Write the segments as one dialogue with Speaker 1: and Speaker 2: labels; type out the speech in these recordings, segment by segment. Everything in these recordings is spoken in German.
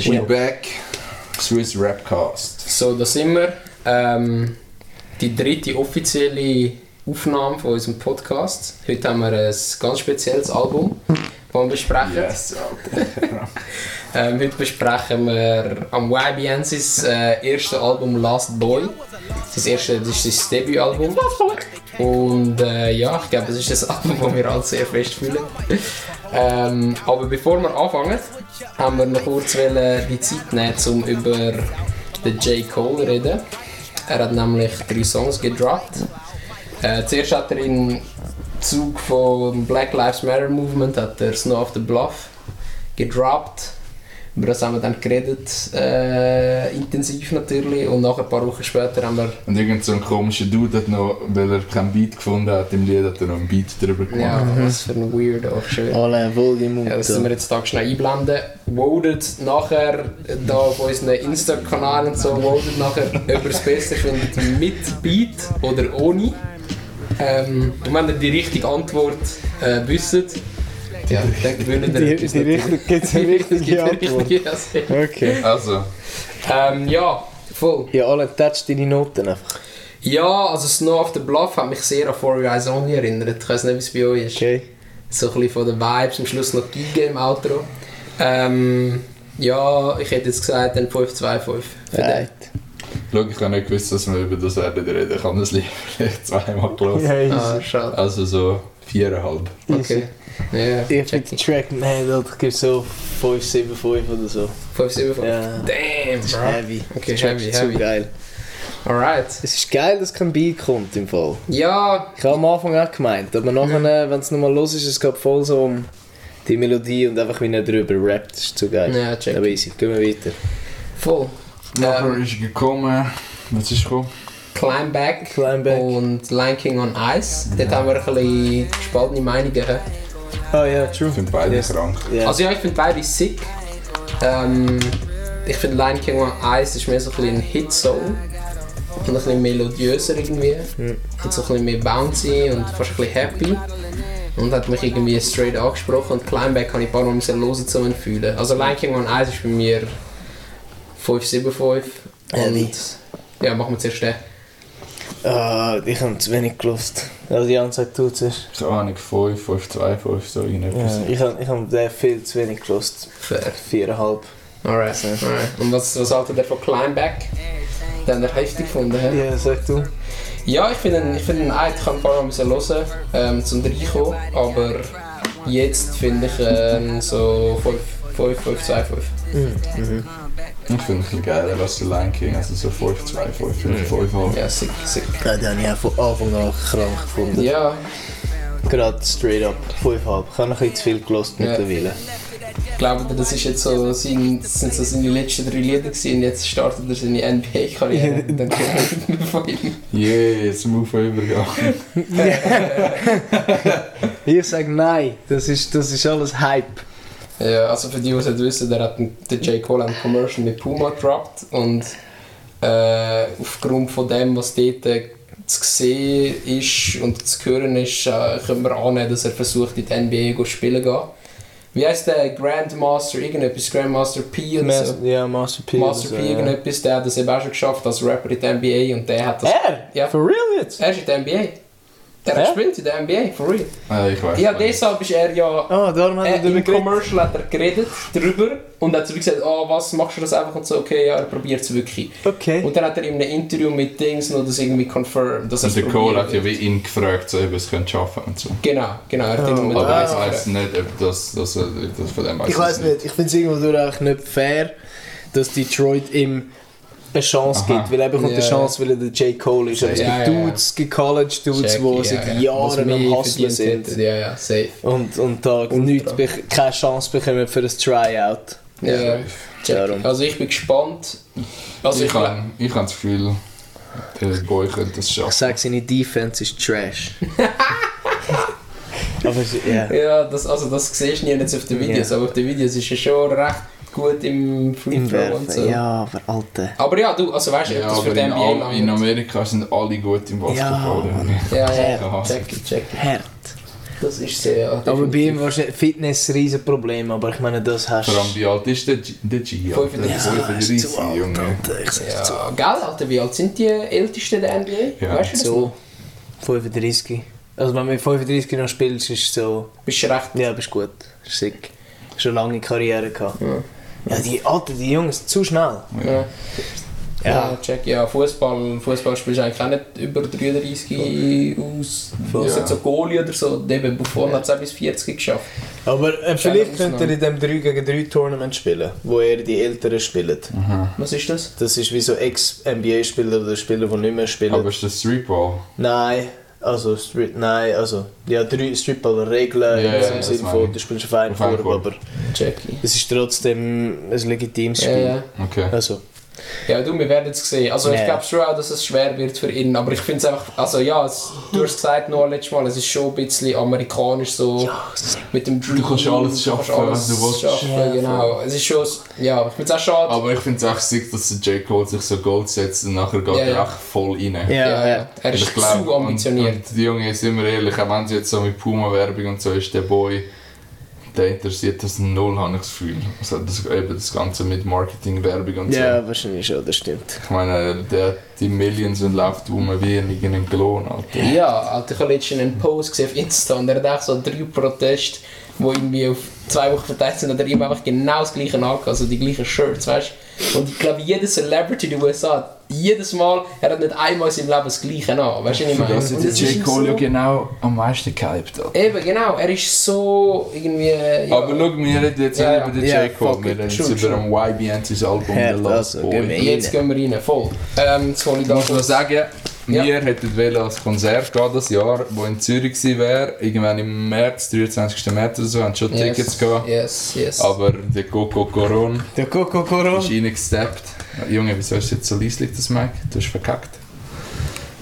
Speaker 1: She back. Swiss Rapcast.
Speaker 2: So, da sind wir. Ähm, die dritte offizielle Aufnahme von unserem Podcast. Heute haben wir ein ganz spezielles Album, das wir besprechen.
Speaker 1: Yes, Alter.
Speaker 2: Ähm, heute besprechen wir am YBN sein äh, erstes Album Last Boy. Sein erste, das ist sein Debütalbum. Und äh, ja, ich glaube, das ist ein Album, das wir alle sehr fest fühlen. Ähm, aber bevor wir anfangen, haben wir noch kurz wollen die Zeit nehmen, um über den J. Cole zu reden. Er hat nämlich drei Songs gedroppt. Äh, zuerst hat er im Zug vom Black Lives Matter Movement hat er Snow of the Bluff gedroppt. Über das haben wir dann geredet, äh, intensiv natürlich. Und nach ein paar Wochen später haben wir
Speaker 1: Und irgend so ein komischer Dude hat noch, weil er keinen Beat gefunden hat im Lied, hat er noch einen Beat drüber
Speaker 2: ja,
Speaker 1: gemacht.
Speaker 2: was für ein weird auch schön. Ja,
Speaker 3: Alle
Speaker 2: das müssen wir
Speaker 3: Wohlgemut.
Speaker 2: jetzt da schnell einblenden. Votet nachher da auf unseren Insta-Kanal und so, votet nachher, ob ihr es besser findet mit Beat oder ohne. Ähm, und wenn ihr die richtige Antwort äh, wisst, ja, dann gewinnt ihr.
Speaker 3: Die, die richtig, gibt's eine richtige Antwort?
Speaker 2: Antwort.
Speaker 3: Okay.
Speaker 1: Also,
Speaker 2: ähm, ja, voll.
Speaker 3: Ja, alle tätsch deine Noten einfach.
Speaker 2: Ja, also Snow of the Bluff hat mich sehr an Four Your Eyes Only erinnert. Ich weiß nicht, wie es bei euch ist.
Speaker 3: Okay.
Speaker 2: So ein bisschen von den Vibes, am Schluss noch Giga im Outro. Ähm, ja, ich hätte jetzt gesagt, dann 5-2-5. Für den.
Speaker 3: Right.
Speaker 1: schau, ich habe nicht gewusst, dass wir über das werden reden. Ich habe das Lied vielleicht zweimal gelesen.
Speaker 3: Ja,
Speaker 2: Ah, schade.
Speaker 1: Also so viereinhalb.
Speaker 2: Okay. Ja,
Speaker 3: Ich
Speaker 2: check.
Speaker 3: finde den Track, nein, dat gibt so 5, 7, 5 oder so.
Speaker 2: 5-7-5.
Speaker 3: Ja.
Speaker 2: Damn,
Speaker 3: Das ist
Speaker 2: bro.
Speaker 3: heavy.
Speaker 2: Okay,
Speaker 3: Der Track
Speaker 2: heavy,
Speaker 3: ist zu
Speaker 2: heavy.
Speaker 3: geil.
Speaker 2: Alright.
Speaker 3: Es ist geil, dass kein Beat kommt im Fall.
Speaker 2: Ja,
Speaker 3: Ich habe am Anfang auch gemeint, aber nachher, wenn es nochmal los ist, es geht voll so um die Melodie und einfach wie er drüber rappt. Das ist zu geil.
Speaker 2: Ja, check.
Speaker 3: Aber easy, gehen wir weiter.
Speaker 2: voll.
Speaker 1: Nachher
Speaker 2: Ähm,
Speaker 1: ist er gekommen. Was ist gekommen?
Speaker 2: Climb Back.
Speaker 3: Climb Back.
Speaker 2: Und Lion King on Ice. Dort haben wir ein bisschen gespaltene Meinungen. hä?
Speaker 3: Ah ja, true.
Speaker 1: Ich finde beide
Speaker 3: Yes.
Speaker 1: krank.
Speaker 3: Ja.
Speaker 2: Also ja, ich finde beide sick. Ähm, ich finde Lion King on Ice ist mehr so ein bisschen ein Hit-Song. Und ein bisschen melodiöser irgendwie. Und so ein bisschen mehr bouncy und fast ein bisschen happy. Und hat mich irgendwie straight angesprochen. Und Climbback habe ich ein paar Mal müssen hören, um ihn zu fühlen. Also Lion King on Ice ist bei mir 5,75.
Speaker 3: Heavy.
Speaker 2: Und ja, machen wir zuerst den.
Speaker 3: Ah, ich habe zu wenig gelost. Also Jan sagt du zuerst.
Speaker 1: Keine Ahnung, 5, 5, 2, 5, so irgendetwas.
Speaker 3: Ja, ich habe ich hab den viel zu wenig gelost.
Speaker 2: Fair.
Speaker 3: Viereinhalb.
Speaker 2: Alright, alright. Und was, was haltet ihr von Climbback? Den habt ihr heftig gefunden, hä?
Speaker 3: Ja, sag du.
Speaker 2: Ja, ich finde ihn, ich finde ihn auch, ich kann ein paar Mal müssen hören, ähm, zum reinkommen, aber jetzt finde ich ähm, so 5, 5, 5, 2, 5.
Speaker 1: Ich finde es ein bisschen geiler als der Lion King. Also so 5, 2, 5, 5, 5, 5.
Speaker 2: Ja, sick, sick.
Speaker 3: Ja, den habe ich auch von Anfang an krank gefunden.
Speaker 2: Ja,
Speaker 3: Gerade straight up. Fünfeinhalb. Ich habe noch ein bisschen zu viel gelost
Speaker 2: Ja.
Speaker 3: mittlerweile.
Speaker 2: glaubt ihr, das ist jetzt so sein, das sind so seine letzten drei Lieder gewesen und jetzt startet er seine NBA-Karriere. Dann kommt er von ihm.
Speaker 1: Yeah, jetzt Move übergegangen.
Speaker 3: Ich sage nein. Das ist, das ist alles Hype.
Speaker 2: Ja, also für die, die es nicht wissen, der hat den den J. Cole ein Commercial mit Puma gedroppt und äh, aufgrund von dem, was dort äh, zu sehen ist und zu hören ist, äh, können wir annehmen, dass er versucht, in die NBA zu spielen zu gehen. Wie heisst der? Grandmaster irgendetwas? Grandmaster P und
Speaker 3: Mas
Speaker 2: so?
Speaker 3: ja, eh, Master P.
Speaker 2: Master
Speaker 3: so,
Speaker 2: P
Speaker 3: ja.
Speaker 2: irgendetwas, der hat das eben auch schon geschafft als Rapper in der NBA und der hat das...
Speaker 3: Er?
Speaker 2: Ja.
Speaker 3: For real jetzt?
Speaker 2: Er ist in der NBA. Der hat
Speaker 3: Hä?
Speaker 2: gespielt in der NBA, for real.
Speaker 1: Nein, Äh, ich weiß
Speaker 2: Ja, deshalb ist er ja...
Speaker 3: Ah, darum hat er
Speaker 2: Äh, Im
Speaker 3: darüber geredet.
Speaker 2: Commercial hat er geredet drüber und hat so gesagt, ah was, machst du das einfach und so, okay, ja, er probiert es wirklich.
Speaker 3: Okay.
Speaker 2: Und dann hat er in einem Interview mit Dings noch das irgendwie confirmed, dass er
Speaker 1: Also
Speaker 2: es
Speaker 1: der Cole hat ja
Speaker 2: wird.
Speaker 1: wie ihn gefragt, so, ob er es könnte schaffen und so.
Speaker 2: Genau, genau, er hat
Speaker 3: Ah,
Speaker 2: immer mit
Speaker 1: Aber
Speaker 2: dabei
Speaker 1: ich
Speaker 2: sein
Speaker 1: weiß nicht, ob das, das, das von dem weiss
Speaker 3: Ich weiß nicht. Ich finde es irgendwo auch nicht fair, dass Detroit ihm eine Chance
Speaker 1: Aha.
Speaker 3: gibt. Weil er bekommt
Speaker 2: Ja,
Speaker 3: eine
Speaker 2: ja.
Speaker 3: Chance, weil er der J. Cole ist. Aber es
Speaker 2: Ja,
Speaker 3: gibt
Speaker 2: ja, ja.
Speaker 3: Dudes, ja. College Dudes,
Speaker 2: Check,
Speaker 3: die
Speaker 2: ja,
Speaker 3: seit
Speaker 2: ja. Was
Speaker 3: Jahren
Speaker 2: mehr
Speaker 3: am Hustlen
Speaker 2: verdient
Speaker 3: sind.
Speaker 2: hätten. Ja, ja, safe.
Speaker 3: Und, und da nichts, be- keine Chance bekommen für ein Tryout.
Speaker 2: Ja, check.
Speaker 3: Darum.
Speaker 2: Also ich bin gespannt. Also ich,
Speaker 1: ich
Speaker 2: glaub-
Speaker 1: habe ich hab das Gefühl, der Boy könnte das
Speaker 3: Ich
Speaker 1: schaffen.
Speaker 3: sage, seine Defense ist Trash. Aber es- ja.
Speaker 2: Ja, das, also das siehst du nie jetzt auf den Videos,
Speaker 3: Ja.
Speaker 2: aber auf den Videos ist er schon recht gut im Free
Speaker 3: Im
Speaker 2: Throw und so.
Speaker 3: Werfen. Ja, aber Alter.
Speaker 2: Aber ja, du, also weißt du, ob
Speaker 1: Ja,
Speaker 2: das für
Speaker 1: aber
Speaker 2: den
Speaker 1: in,
Speaker 2: NBA
Speaker 1: all, in
Speaker 2: langt.
Speaker 1: Amerika sind alle gut im Basketball.
Speaker 3: Ja.
Speaker 1: irgendwie.
Speaker 2: Ja, ja,
Speaker 1: Ja.
Speaker 2: check, check.
Speaker 3: Hart.
Speaker 2: Das ist sehr. Ja,
Speaker 3: Aber bei ihm wahrscheinlich Fitness ein Riesenproblem, aber ich meine, das hast
Speaker 1: Vor allem, wie alt ist der G? Der G Alter?
Speaker 2: 35.
Speaker 3: Ja, das ist
Speaker 1: 35,
Speaker 3: zu alt,
Speaker 1: Junge.
Speaker 3: Alter, ich sag's zu alt.
Speaker 2: Ja, gell, Alter, wie alt sind die Ältesten der NBA?
Speaker 1: Ja.
Speaker 2: Weißt du das?
Speaker 3: So 35. Also wenn du mit 35 noch spielst, ist so...
Speaker 2: Bist du recht?
Speaker 3: Ja, bist gut. Ist sick. Schon lange Karriere gehabt. Ja, die Alter, die Jungs, zu schnell.
Speaker 2: Ja.
Speaker 3: Ja.
Speaker 2: Ja, check. Ja, Fußball, Fußball spielst du eigentlich auch nicht über 33 aus. Außer
Speaker 1: Ja.
Speaker 2: so Goalie oder so. Eben Buffon hat es auch bis 40 geschafft.
Speaker 3: Aber äh,
Speaker 2: Ja,
Speaker 3: vielleicht könnt
Speaker 2: Ausnahme.
Speaker 3: ihr in dem 3 gegen 3 Tournament spielen, wo eher die Älteren spielen.
Speaker 2: Was ist das?
Speaker 3: Das ist wie so Ex-NBA-Spieler oder Spieler, die nicht mehr spielen.
Speaker 1: Aber ist das Streetball?
Speaker 3: Nein, also Street, nein, also ja, drei Streetball-Regeln
Speaker 1: Ja,
Speaker 3: in
Speaker 1: ja,
Speaker 3: diesem
Speaker 1: das
Speaker 3: Sinne
Speaker 1: meine ich.
Speaker 3: von, du spielst auf einen
Speaker 1: Auf einen
Speaker 3: Korb,
Speaker 1: Korb.
Speaker 3: aber
Speaker 2: Check.
Speaker 3: es ist trotzdem ein legitimes
Speaker 2: Ja,
Speaker 3: Spiel.
Speaker 2: ja.
Speaker 1: Okay.
Speaker 3: Also,
Speaker 2: ja, du, wir werden es sehen. Also, ich
Speaker 3: Nee.
Speaker 2: glaube schon auch, dass es schwer wird für ihn. Aber ich finde es einfach. Also, ja, es, du hast es gesagt, noch letztes Mal, es ist schon ein bisschen amerikanisch so. Mit dem Dream.
Speaker 1: Du kannst alles
Speaker 2: Du kannst
Speaker 1: schaffen,
Speaker 2: alles
Speaker 1: wenn du willst.
Speaker 2: schaffen,
Speaker 3: Ja,
Speaker 2: genau. Es ist schon. Ja, ich finde es auch schade.
Speaker 1: Aber ich finde es echt sick, dass der J. Cole sich so Gold setzt und nachher geht
Speaker 2: Ja,
Speaker 1: er
Speaker 2: ja.
Speaker 1: echt voll rein.
Speaker 3: Ja.
Speaker 2: Er
Speaker 1: Und
Speaker 2: ist
Speaker 1: ich glaub,
Speaker 2: zu
Speaker 1: Und,
Speaker 2: ambitioniert.
Speaker 1: und die Junge, sind wir ehrlich, auch wenn sie jetzt so mit Puma-Werbung und so ist, der Boy, der interessiert das null, habe ich das Gefühl. Also das, eben das Ganze mit Marketing-Werbung und
Speaker 3: ja,
Speaker 1: so.
Speaker 3: wahrscheinlich schon, das stimmt.
Speaker 1: Ich meine, der hat die Millions und läuft um wie in irgendeinem Klon, Alter.
Speaker 2: Ja, Alter, ich habe letztens einen Post gesehen auf Insta und er hat echt so drei Proteste, die irgendwie auf zwei Wochen verteilt sind und er hat ihm einfach genau das gleiche angehabt, also die gleichen Shirts, weißt du? Und ich glaube, jeder Celebrity in den USA, hat jedes Mal, er hat nicht einmal in seinem Leben das gleiche an, weißt du, was ich meine? Und das ist so-
Speaker 1: genau am meisten gehypt, Alter.
Speaker 2: Eben, genau, er ist so irgendwie... Ja,
Speaker 1: Aber schau, wir reden jetzt
Speaker 2: Ja,
Speaker 1: nicht
Speaker 2: ja.
Speaker 1: über den
Speaker 3: Ja,
Speaker 1: J. Cole,
Speaker 3: fuck
Speaker 1: wir
Speaker 3: it.
Speaker 1: reden jetzt
Speaker 2: True,
Speaker 1: über ein YBNCs Album
Speaker 3: Ja,
Speaker 1: The Last
Speaker 3: also, gehen wir
Speaker 1: Boy.
Speaker 3: rein.
Speaker 2: jetzt gehen wir rein, voll. Ähm, jetzt hole ich da
Speaker 1: Ich muss noch sagen,
Speaker 2: Ja.
Speaker 1: wir hätten wollen als Konzert gehen das Jahr, wo in Zürich gewesen wäre, irgendwann im März, 23. März oder so, haben schon
Speaker 2: Yes,
Speaker 1: Tickets gehabt.
Speaker 2: Yes, yes.
Speaker 1: Aber der Coco Coron
Speaker 3: Der Coco Coron.
Speaker 1: ist reingesteppt. Junge, wieso ist jetzt so leislich das Mac? Du hast verkackt.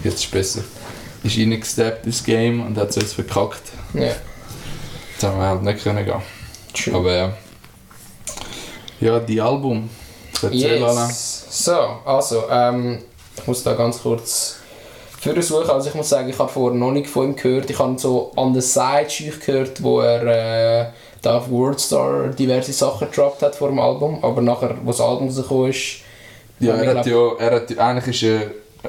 Speaker 1: Jetzt ist es besser. Ist reingesteppt ins Game und hat es uns verkackt.
Speaker 2: Ja,
Speaker 1: Jetzt haben wir halt nicht können gehen.
Speaker 2: true.
Speaker 1: Aber ja. Ja, die Album. Das Erzähl Alain.
Speaker 2: Yes. So, also, ähm, ich muss da ganz kurz für suchen. Also ich muss sagen, ich habe vorher noch nicht von ihm gehört. Ich habe so an der Side Schüch gehört, wo er äh, da auf Worldstar diverse Sachen gedroppt hat vor dem Album. Aber nachher, wo das Album rausgekommen ist,
Speaker 1: Ja,
Speaker 2: hab ich
Speaker 1: er hat
Speaker 2: glaub-
Speaker 1: ja, er hat, eigentlich ist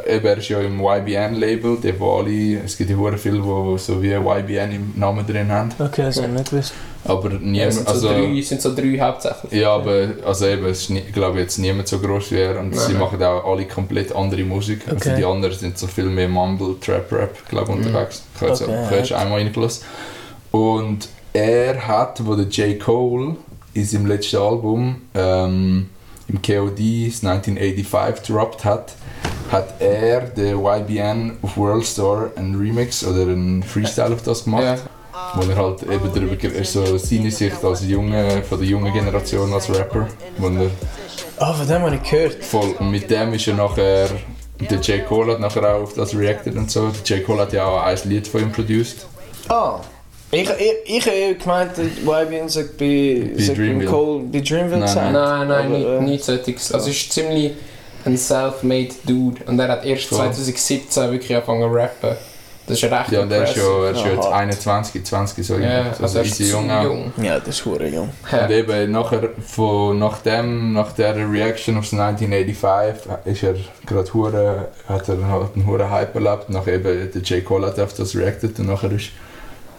Speaker 1: er, eben, er ist ja im YBN-Label, der wo alle, es gibt ja hure viele, die so wie YBN im Namen drin haben,
Speaker 3: Okay, das habe ich nicht gewusst.
Speaker 1: aber
Speaker 2: es
Speaker 1: niemand,
Speaker 2: äh, sind, so
Speaker 1: also,
Speaker 2: drei, es sind so drei hauptsächlich.
Speaker 1: ja, aber, also eben, es ist, nie- ich glaube jetzt niemand so groß wie er und
Speaker 2: Nein,
Speaker 1: sie
Speaker 2: nein.
Speaker 1: machen auch alle komplett andere Musik, also
Speaker 3: Okay.
Speaker 1: die anderen sind so viel mehr Mumble, Trap, Rap, glaube
Speaker 2: Mhm.
Speaker 1: unterwegs, ich habe jetzt
Speaker 3: Okay,
Speaker 1: ich habe jetzt einmal reingelassen und er hat, wo der J. Cole in seinem letzten Album ähm, im KOD das 1985 gedroppt hat, hat er der YBN auf Worldstar einen Remix oder einen Freestyle auf das gemacht,
Speaker 2: Ja.
Speaker 1: wo er halt eben darüber ge- er so seine Sicht als junge, von der jungen Generation als Rapper, wo er
Speaker 3: Ah, von dem habe ich gehört.
Speaker 1: voll und mit dem ist er nachher der J. Cole hat nachher auch auf das reacted und so. Der J. Cole hat ja auch ein Lied von ihm produced.
Speaker 3: Ah. Ich, ich, ich habe eher gemeint, YBN sagt bei, sagt bei
Speaker 1: Dreamville.
Speaker 3: Cole bei Dreamville
Speaker 1: Nein,
Speaker 3: sein.
Speaker 2: Nein, nein,
Speaker 3: Aber,
Speaker 2: nicht,
Speaker 3: äh,
Speaker 2: nicht solches. Also es ist ziemlich ein self-made Dude. Und er hat erst
Speaker 1: Voll.
Speaker 2: 2017 wirklich angefangen zu rappen. Das ist recht
Speaker 1: Ja, und er ist ja, er ist ja jetzt
Speaker 3: Aha.
Speaker 1: 21, 20 so.
Speaker 2: Ja,
Speaker 1: irgendwas.
Speaker 2: also er ist
Speaker 1: easy
Speaker 2: zu
Speaker 1: jung auch.
Speaker 2: jung.
Speaker 3: Ja, das ist hure jung.
Speaker 1: Und eben nachher, von, nach, dem, nach dieser Reaction aufs 1985 ist er gerade hure, hat er halt einen hohen Hype erlebt. Nach eben der J. Cole hat auf das reacted und nachher ist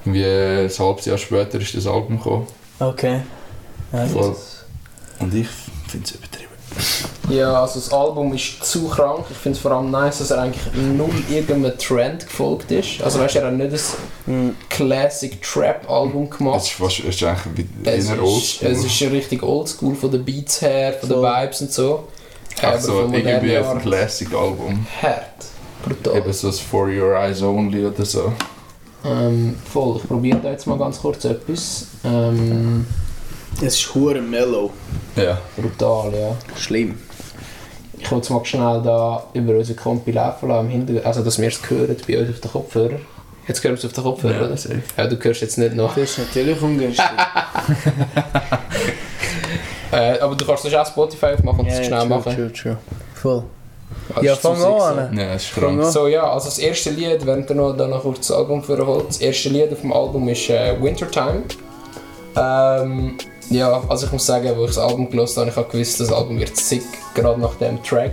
Speaker 1: irgendwie ein halbes Jahr später ist das Album gekommen.
Speaker 3: Okay. Ja,
Speaker 1: Voll. Und ich finde es übertrieben.
Speaker 2: Ja, also das Album ist zu krank. Ich finde es vor allem nice, dass er eigentlich null irgendeinem Trend gefolgt ist. Also weißt du, er hat nicht ein
Speaker 3: Mhm.
Speaker 2: Classic Trap Album
Speaker 1: Es
Speaker 2: gemacht.
Speaker 1: ist, fast, es ist eigentlich wie
Speaker 2: Es
Speaker 1: in einer
Speaker 2: ist, es
Speaker 1: Oldschool.
Speaker 2: ist richtig oldschool von den Beats her, von den
Speaker 3: Voll.
Speaker 2: Vibes und so.
Speaker 1: Also
Speaker 2: von moderner
Speaker 1: irgendwie ein
Speaker 2: Art.
Speaker 1: Classic-Album.
Speaker 2: Hart. Brutal.
Speaker 1: Eben so das For Your Eyes Only oder so.
Speaker 2: Ähm, voll, ich probiere da jetzt mal ganz kurz etwas. Ähm,
Speaker 3: Es ist hure mellow.
Speaker 1: Ja.
Speaker 2: brutal, ja.
Speaker 3: Schlimm.
Speaker 2: Ich wollte mal schnell da über unseren Kompi laufen lassen, im Hintergrund, also dass wir es hören bei euch auf den Kopfhörer. Jetzt hören wir es auf den Kopfhörer,
Speaker 1: Ja,
Speaker 2: oder? Ja, du hörst jetzt nicht noch.
Speaker 3: Das ist natürlich ungünstig.
Speaker 2: Äh, aber du kannst sonst auch Spotify aufmachen und es schnell machen.
Speaker 3: True, true. Voll.
Speaker 2: Also
Speaker 4: Ja,
Speaker 2: ist zu
Speaker 4: fang
Speaker 2: sick
Speaker 4: an.
Speaker 2: so.
Speaker 1: Ja, das ist
Speaker 4: Fang
Speaker 1: krank.
Speaker 4: an.
Speaker 2: So ja, also das erste Lied, wenn ihr noch, dann noch kurz das Album vorholt, das erste Lied auf dem Album ist äh, Wintertime. Ähm, ja, also ich muss sagen, wo ich das Album gelesen habe, ich habe gewusst, das Album wird sick, gerade nach dem Track.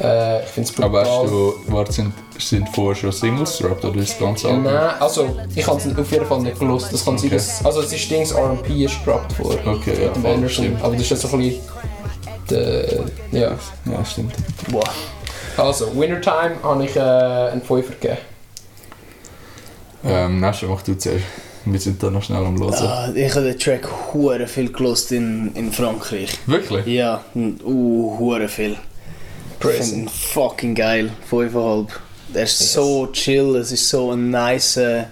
Speaker 2: Äh, ich finde es brutal.
Speaker 1: Aber hast du, warte, sind, sind vorher schon Singles gedroppt oder ist das ganze Album?
Speaker 2: Nein, also ich habe es auf jeden Fall nicht gelesen. Das kann sein,
Speaker 1: Okay.
Speaker 2: dass, also es ist Dings R&P ist gedroppt worden.
Speaker 1: Okay, ja,
Speaker 2: Mit dem
Speaker 1: voll,
Speaker 2: Anderson.
Speaker 1: stimmt.
Speaker 2: Aber das ist jetzt so ein bisschen... der- ja.
Speaker 1: Ja, stimmt.
Speaker 2: Also, Wintertime habe ich äh, einen Pfeifer gegeben.
Speaker 1: Ähm, nächstes Mal mach du zuerst. Wir sind da noch schnell am Hören.
Speaker 4: Ah, ich habe den Track hure viel gelost in, in Frankreich.
Speaker 1: Wirklich?
Speaker 4: Ja,
Speaker 3: mm,
Speaker 4: n- uh, hure viel. Ich
Speaker 2: Crazy.
Speaker 4: finde ihn fucking geil. 5,5. Er ist so chill, es ist so ein nice äh,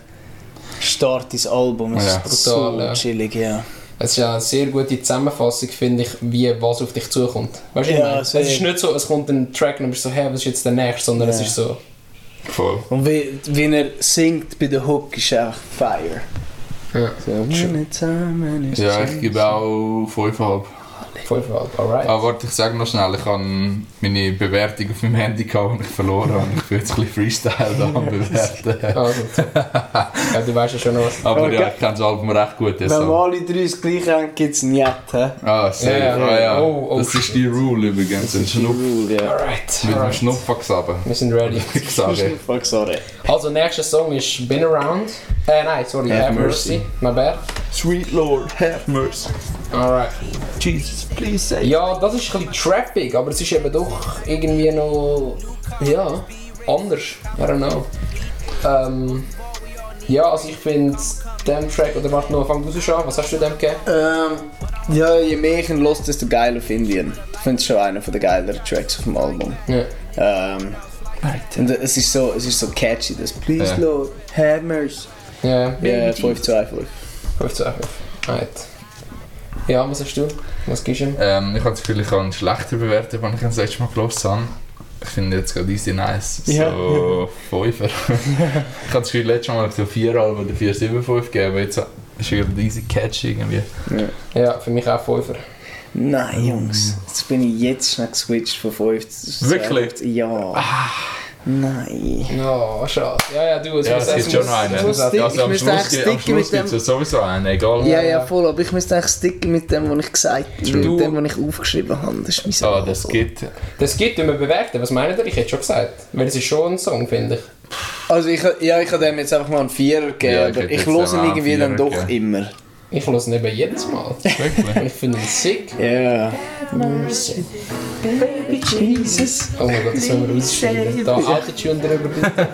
Speaker 4: Start ins Album. Es
Speaker 1: Ja.
Speaker 4: ist so
Speaker 2: Brutal, ja.
Speaker 4: chillig, ja.
Speaker 2: Es ist ja eine sehr gute Zusammenfassung, finde ich, wie was auf dich zukommt. Weißt du,
Speaker 4: Ja,
Speaker 2: ich meine, es
Speaker 4: sehr.
Speaker 2: ist nicht so, es kommt ein Track und du bist so, hey, was ist jetzt der nächste, sondern es
Speaker 4: Ja.
Speaker 2: ist so.
Speaker 1: Voll.
Speaker 4: Und wie, wie er singt bei der Hook ist einfach fire.
Speaker 2: Ja.
Speaker 4: So, when it's time and it's
Speaker 1: Ja, ich
Speaker 4: changing.
Speaker 1: gebe auch 5,5.
Speaker 2: Fünfmal, halt. alright.
Speaker 1: Ah, warte, ich sage noch schnell, ich habe meine Bewertung auf meinem Handy gehabt und ich verloren habe. Ich würde jetzt ein bisschen Freestyle da bewerten.
Speaker 2: Also, ja, du weißt ja schon noch was.
Speaker 1: Aber Ah, ja,
Speaker 4: Okay.
Speaker 1: ich kenne das Album recht gut.
Speaker 4: Wenn wir
Speaker 1: deshalb.
Speaker 4: alle drei das gleiche haben, gibt es nicht. hä?
Speaker 1: Ah, safe.
Speaker 2: Ja, ja.
Speaker 1: ah, ja.
Speaker 2: Oh, oh,
Speaker 1: das ist die Rule übrigens. Ein Schnupf
Speaker 4: Rule, ja.
Speaker 2: Alright.
Speaker 1: mit einem
Speaker 2: alright.
Speaker 1: Schnupfwachsaben.
Speaker 2: Wir sind ready.
Speaker 1: Ich sage.
Speaker 4: Fuck, sorry.
Speaker 2: Also, nächster Song ist Been Around. Äh, nein, sorry,
Speaker 4: Have
Speaker 2: Have, Mercy. My bad.
Speaker 1: Sweet Lord, have mercy.
Speaker 2: Alright.
Speaker 1: Jesus, please save.
Speaker 2: Ja, das ist ein bisschen trappig, aber es ist eben doch irgendwie noch. Ja, anders. I don't know. Ähm, ja, also ich finde den Track, oder warte noch, fang du es an, was hast du dem gegeben?
Speaker 4: Ähm, ja, je mehr ich ihn höre, desto geiler finde ich ihn. Ich finde es schon einer der geileren Tracks auf dem Album.
Speaker 2: Ja.
Speaker 4: Ähm, und es ist so, es ist so catchy, das Please
Speaker 1: Ja.
Speaker 4: Lord, have mercy.
Speaker 2: Ja,
Speaker 4: Ja, 5 zu 1, 5.
Speaker 2: 5 zu 11. Alright. Ja, was hast du? Was gibst du ihm?
Speaker 1: Ähm, ich habe das Gefühl, ich kann ihn schlechter bewerten, wenn ich ihn das letzte Mal gelost habe. Ich finde jetzt gerade easy nice.
Speaker 4: Ja.
Speaker 1: So, Fünfer. ich habe das Gefühl, letztes Mal habe ich so 4 Alben oder 4,75 gegeben, aber jetzt ist gerade easy catchy irgendwie.
Speaker 2: Ja, für mich auch 5.
Speaker 4: Nein, Jungs, jetzt bin ich jetzt schnell geswitcht von 5 zu
Speaker 1: Wirklich?
Speaker 4: 12. Ja. Nein.
Speaker 2: No, schade. Ja, ja, du, es
Speaker 1: Oh, Ja, es gibt schon noch einen.
Speaker 2: es muss-
Speaker 1: Also
Speaker 4: ich
Speaker 1: am
Speaker 4: muss
Speaker 1: Schluss,
Speaker 4: echt
Speaker 1: gibt- am
Speaker 4: sticken mit
Speaker 1: Schluss gibt es sowieso einen, egal.
Speaker 4: Ja, ja, voll, aber ich müsste eigentlich sticken mit dem, was ich gesagt habe,
Speaker 2: Du-
Speaker 4: mit dem, was ich aufgeschrieben habe. Das ist mein
Speaker 1: Ah, das
Speaker 4: Album.
Speaker 1: gibt.
Speaker 2: Das gibt, wenn wir bewerten. Was meint ihr? Ich hätte schon gesagt. Weil es ist schon ein Song, finde ich.
Speaker 4: Also ich, ja, ich habe dem jetzt einfach mal einen Vierer gegeben,
Speaker 1: Ja, ich
Speaker 4: aber
Speaker 1: hätte
Speaker 4: ich
Speaker 1: jetzt dem
Speaker 4: höre ihn
Speaker 1: auch
Speaker 4: irgendwie dann
Speaker 1: einen Vierer
Speaker 4: doch
Speaker 1: gegeben.
Speaker 4: immer.
Speaker 2: Ich höre es eben jedes Mal. Und
Speaker 1: Wirklich?
Speaker 2: ich finde ihn sick.
Speaker 4: Ja.
Speaker 2: Oh mein Gott, das müssen wir rausschneiden. Da Autotune drüber bitte.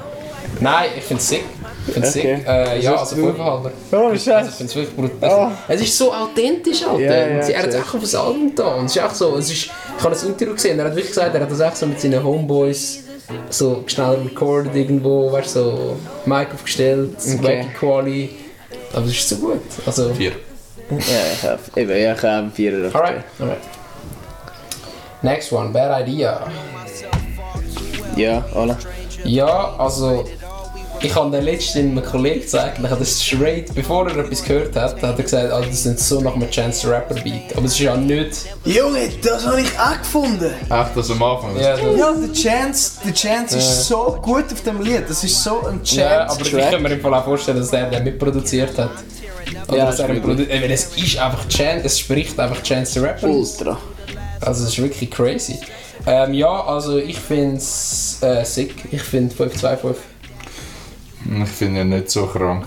Speaker 2: Nein, ich finde es sick. Ich finde es
Speaker 4: Okay.
Speaker 2: sick. Äh, ja, also Fünfhalter.
Speaker 4: Oh,
Speaker 2: Also, ich finde es wirklich brutal. Es ist so authentisch, Alter.
Speaker 4: Ja, ja,
Speaker 2: Und sie- er hat es
Speaker 4: check.
Speaker 2: echt auf das Album getan. Und es ist echt so, es ist, ich habe das Interview gesehen, er hat wirklich gesagt, er hat das echt so mit seinen Homeboys so schnell recorded irgendwo, weißt du, so Mic aufgestellt,
Speaker 4: Okay.
Speaker 2: okay. Quali. Aber es ist so gut. Also,
Speaker 1: Vier.
Speaker 4: Ja, ich habe eben, ja, ich habe einen Vierer gegeben.
Speaker 2: alright, alright. Next one, Bad Idea.
Speaker 4: Ja, alle.
Speaker 2: Ja, also ich habe den letzten meinem Kollegen gezeigt und ich habe das straight, bevor er etwas gehört hat, hat er gesagt, oh, das sind so nach einem Chance the Rapper Beat. Aber es ist ja nicht.
Speaker 4: Junge, das habe ich auch gefunden.
Speaker 1: Echt, das am Anfang.
Speaker 2: Ja, so-
Speaker 4: Ja, der Chance, der Chance ist so gut auf dem Lied. Das ist so ein
Speaker 2: ja aber ich
Speaker 4: Chance-Track.
Speaker 2: kann mir im Fall auch vorstellen, dass er den mitproduziert hat. Oder
Speaker 4: Ja,
Speaker 2: dass er
Speaker 4: ist
Speaker 2: einen Produ- Weil es ist einfach Chance, es spricht einfach Chance the Rapper.
Speaker 4: Ultra.
Speaker 2: Also es ist wirklich crazy. Ähm, ja, also ich finde es äh, sick. Ich finde 525.
Speaker 1: Ich finde ihn nicht so krank.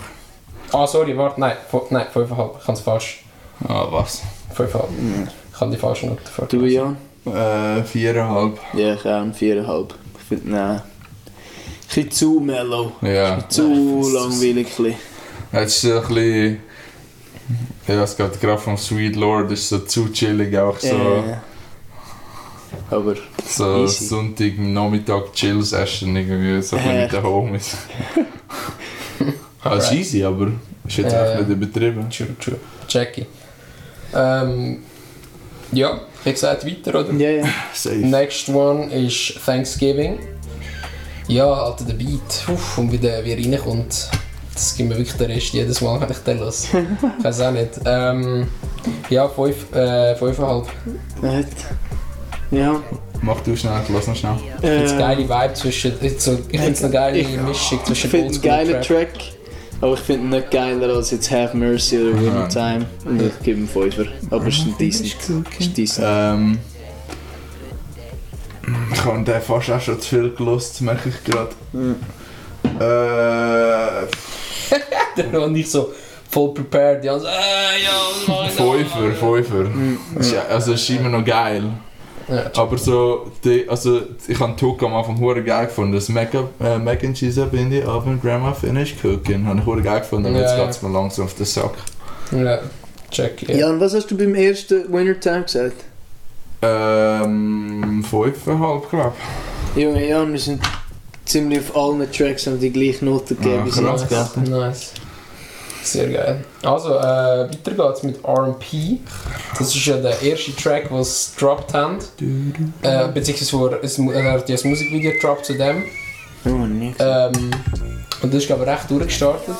Speaker 2: Ah, sorry, warte, nein, fu- nein, 5,5. Ich kann es falsch.
Speaker 1: Ah, was?
Speaker 2: 5,5.
Speaker 4: Mhm.
Speaker 2: Ich habe die falsche Note vor.
Speaker 4: Du, Jan?
Speaker 1: Äh, viereinhalb.
Speaker 4: Ja, ich habe einen Viererhalb. Ich finde, nein. Ein bisschen zu mellow.
Speaker 1: Ja.
Speaker 4: Zu langweilig. ein bisschen.
Speaker 1: Es ist so ein bisschen. eh, Ja, es geht gerade vom Sweet Lord, ist so zu chillig, auch so,
Speaker 4: Ja. Aber,
Speaker 1: so
Speaker 4: easy.
Speaker 1: Sonntag Nachmittag Chill Session irgendwie, so ein bisschen
Speaker 4: Ja.
Speaker 1: mit den Homies. ah, ist
Speaker 2: Alright.
Speaker 1: easy, aber ist jetzt
Speaker 2: Ja,
Speaker 1: echt
Speaker 2: ja.
Speaker 1: nicht übertrieben.
Speaker 2: True, true. Jackie. Ähm, ja, wie gesagt, weiter, oder?
Speaker 4: ja, ja.
Speaker 1: Safe.
Speaker 2: Next one ist Thanksgiving. Ja, Alter, der Beat. Uff, und wie der wie er reinkommt. Das gibt mir wirklich den Rest jedes Mal, wenn ich den los. Ich weiß auch nicht. Ähm, ja, 5,5. Äh, fünfeinhalb.
Speaker 4: Nicht. Ja. eh,
Speaker 1: Mach du schnell, lass noch schnell.
Speaker 2: Ich finde geile Vibe zwischen. Ich finde es eine geile
Speaker 4: Ähm. Ich-
Speaker 2: Mischung
Speaker 4: Ich
Speaker 2: zwischen
Speaker 4: finde einen
Speaker 2: Oldschool
Speaker 4: geilen
Speaker 2: Trap.
Speaker 4: Track, Oh, aber ich finde ihn nicht geiler als jetzt Have Mercy oder Win
Speaker 1: Aha.
Speaker 4: in Time. Und ich gebe ihm 5. Aber es ist ein decent. es Ist decent.
Speaker 1: Ähm, ich habe den fast auch schon zu viel gelost, merke ich gerade. Äh,
Speaker 2: Dann war ich so voll prepared. Die haben so, äh, ja, was machen wir?
Speaker 1: Fünfer, Fünfer. Ist ja- Also ist immer noch geil.
Speaker 2: Ja.
Speaker 1: Aber so, die, also ich habe Hook am Anfang hure geil gefunden. Das Mac, äh, Mac and Cheese up in the oven, Grandma finished cooking. Habe ich hure geil gefunden, aber
Speaker 2: Ja,
Speaker 1: jetzt
Speaker 2: ja.
Speaker 1: geht es mir langsam auf den Sack.
Speaker 2: Ja, check. Ja.
Speaker 4: Jan, was hast du beim ersten Winner Time gesagt?
Speaker 1: Ähm, fünfeinhalb, glaube
Speaker 4: Junge, Jan, wir sind ziemlich auf allen Tracks haben die gleiche Note gegeben.
Speaker 1: Ah,
Speaker 4: bis jetzt.
Speaker 1: krass.
Speaker 2: Nice. nice. Sehr geil. Also, äh, weiter geht's mit RP. Das ist ja der erste Track, den sie gedroppt haben. Äh, beziehungsweise, wo er, es, mu- er hat ja ein Musikvideo gedroppt zu dem.
Speaker 4: Oh, nix.
Speaker 2: Ähm, und das ist, glaube ich, recht durchgestartet.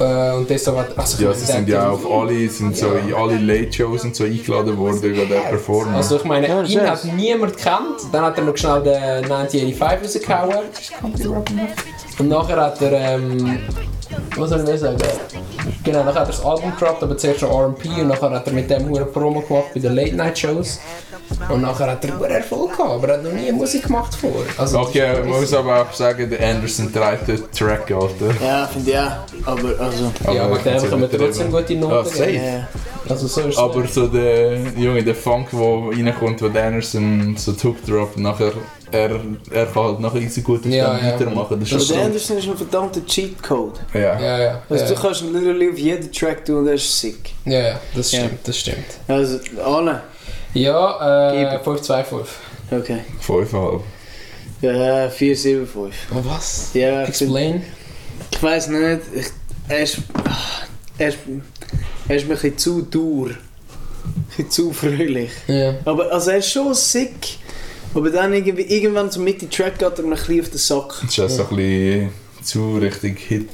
Speaker 2: Äh, und deshalb hat. Also,
Speaker 1: ich. Ja, sie sind ja auf alle, sind so in alle Late Shows und so eingeladen worden wegen der Performance.
Speaker 2: Also ich meine,
Speaker 4: Ja,
Speaker 2: ihn hat
Speaker 4: selbst.
Speaker 2: niemand gekannt, dann hat er noch schnell den 1985 rausgehauen und nachher hat er, ähm, was soll ich mehr sagen, genau, nachher hat nou, er das Album gedroppt, aber zuerst noch R&P und nachher hat er mit dem eine Promo gemacht bei den Late-Night-Shows und nachher hat er einen Erfolg gehabt, aber er hat noch nie Musik gemacht vorher. Also,
Speaker 1: Okay, ich muss aber auch sagen, der Anderson trägt den Track, Alter.
Speaker 4: Ja, Ah, finde ich auch. Aber also.
Speaker 2: Ja, aber
Speaker 1: ich
Speaker 2: dem
Speaker 1: find's
Speaker 2: können wir trotzdem
Speaker 1: übertrieben.
Speaker 2: gute
Speaker 1: Ah,
Speaker 2: Noten
Speaker 1: safe.
Speaker 2: geben.
Speaker 4: Äh,
Speaker 2: Also so ist es
Speaker 1: Aber
Speaker 2: nicht.
Speaker 1: so der Junge, der Funk, der reinkommt, wo der Anderson so die Hook droppt, nachher, er, er kann halt nachher easy gut auf
Speaker 2: Ja,
Speaker 1: dem
Speaker 2: ja.
Speaker 1: weitermachen. Das
Speaker 4: aber
Speaker 1: ist
Speaker 4: der
Speaker 1: schon
Speaker 4: Anderson ist ein verdammter Cheatcode.
Speaker 1: ja.
Speaker 2: Ja, ja, ja,
Speaker 4: Also, du kannst ihn literally auf jeden Track tun und er ist sick.
Speaker 2: ja, ja, das
Speaker 4: Ja.
Speaker 2: stimmt, das stimmt.
Speaker 4: Also, alle.
Speaker 2: Ja, äh,
Speaker 4: Gib.
Speaker 2: 525.
Speaker 4: Okay.
Speaker 1: Fünfeinhalb.
Speaker 4: Ja, 475.
Speaker 2: Oh, was?
Speaker 4: Ja, ich find-
Speaker 2: Explain.
Speaker 4: Ich weiß nicht, ich, er, ist, ah, er, ist, er ist mir ein bisschen zu dur. Ein bisschen zu fröhlich.
Speaker 2: Ja.
Speaker 4: Aber also er ist schon sick. Aber dann irgendwie, irgendwann so mit die Track geht er mir ein bisschen auf den Sack.
Speaker 1: Das ist auch so ein bisschen zu richtig Hit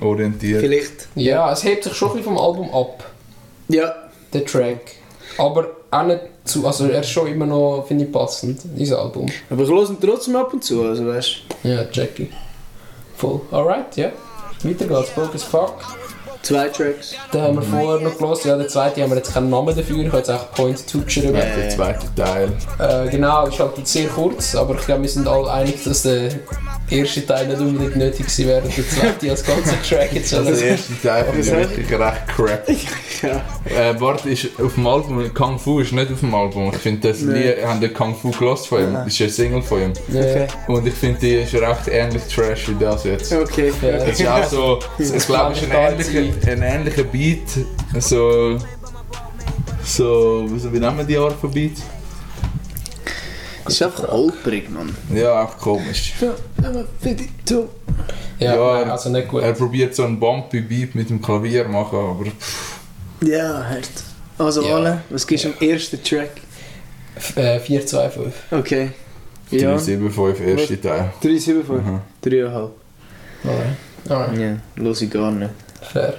Speaker 1: orientiert.
Speaker 4: Vielleicht.
Speaker 2: Ja, es hebt sich schon ein bisschen vom Album ab,
Speaker 4: Ja.
Speaker 2: der Track. Aber auch nicht zu. Also er ist schon immer noch, finde ich, passend, dieses Album.
Speaker 4: Aber ich höre ihn trotzdem ab und zu, also weißt
Speaker 2: Ja, Jackie. Voll. Alright, ja. Weiter geht's, Broke as fuck.
Speaker 4: du. Zwei Tracks.
Speaker 2: Den haben wir vorher noch gelesen. Ja, der zweite haben wir jetzt keinen Namen dafür. Ich habe jetzt auch Point 2 geschrieben.
Speaker 1: Ja, der zweite Teil.
Speaker 2: Äh, genau, ist halt sehr kurz, aber ich glaube, wir sind alle einig, dass der erste Teil nicht unbedingt nötig gewesen wäre. und Der zweite als ganzer Track jetzt.
Speaker 1: Also der
Speaker 2: Also,
Speaker 1: erste Teil finde ich
Speaker 4: Aber
Speaker 1: wirklich recht crap.
Speaker 4: Ja.
Speaker 1: Äh, Bart ist auf dem Album, Kung Fu ist nicht auf dem Album. Ich finde das Lied, haben den Kung Fu gelost von ihm, das ist ein Single von ihm.
Speaker 2: ja.
Speaker 4: Okay.
Speaker 1: Und ich finde, die ist recht ähnlich trash wie das jetzt.
Speaker 4: Okay.
Speaker 2: Ja.
Speaker 1: Es ist auch so, ich glaube, es ist ein ähnlicher, ein ähnlicher Beat, so, so, wie nennen wir die Art von Beat?
Speaker 4: Ist einfach holprig, Mann.
Speaker 1: Ja, auch komisch.
Speaker 2: Ja,
Speaker 1: Ja,
Speaker 2: nein, also nicht gut.
Speaker 1: Er probiert so einen bumpy Beat mit dem Klavier machen, aber pff,
Speaker 4: Ja, halt. Also
Speaker 2: Ja.
Speaker 4: alle, was gibst du
Speaker 2: Ja.
Speaker 4: am ersten Track?
Speaker 2: F- äh, 425.
Speaker 4: Okay. Ja.
Speaker 1: 375 erste Teil.
Speaker 4: 3,75.
Speaker 1: Mhm.
Speaker 4: 3,5.
Speaker 2: Alright. Alright.
Speaker 4: Ja, los ich gar nicht.
Speaker 2: Fair.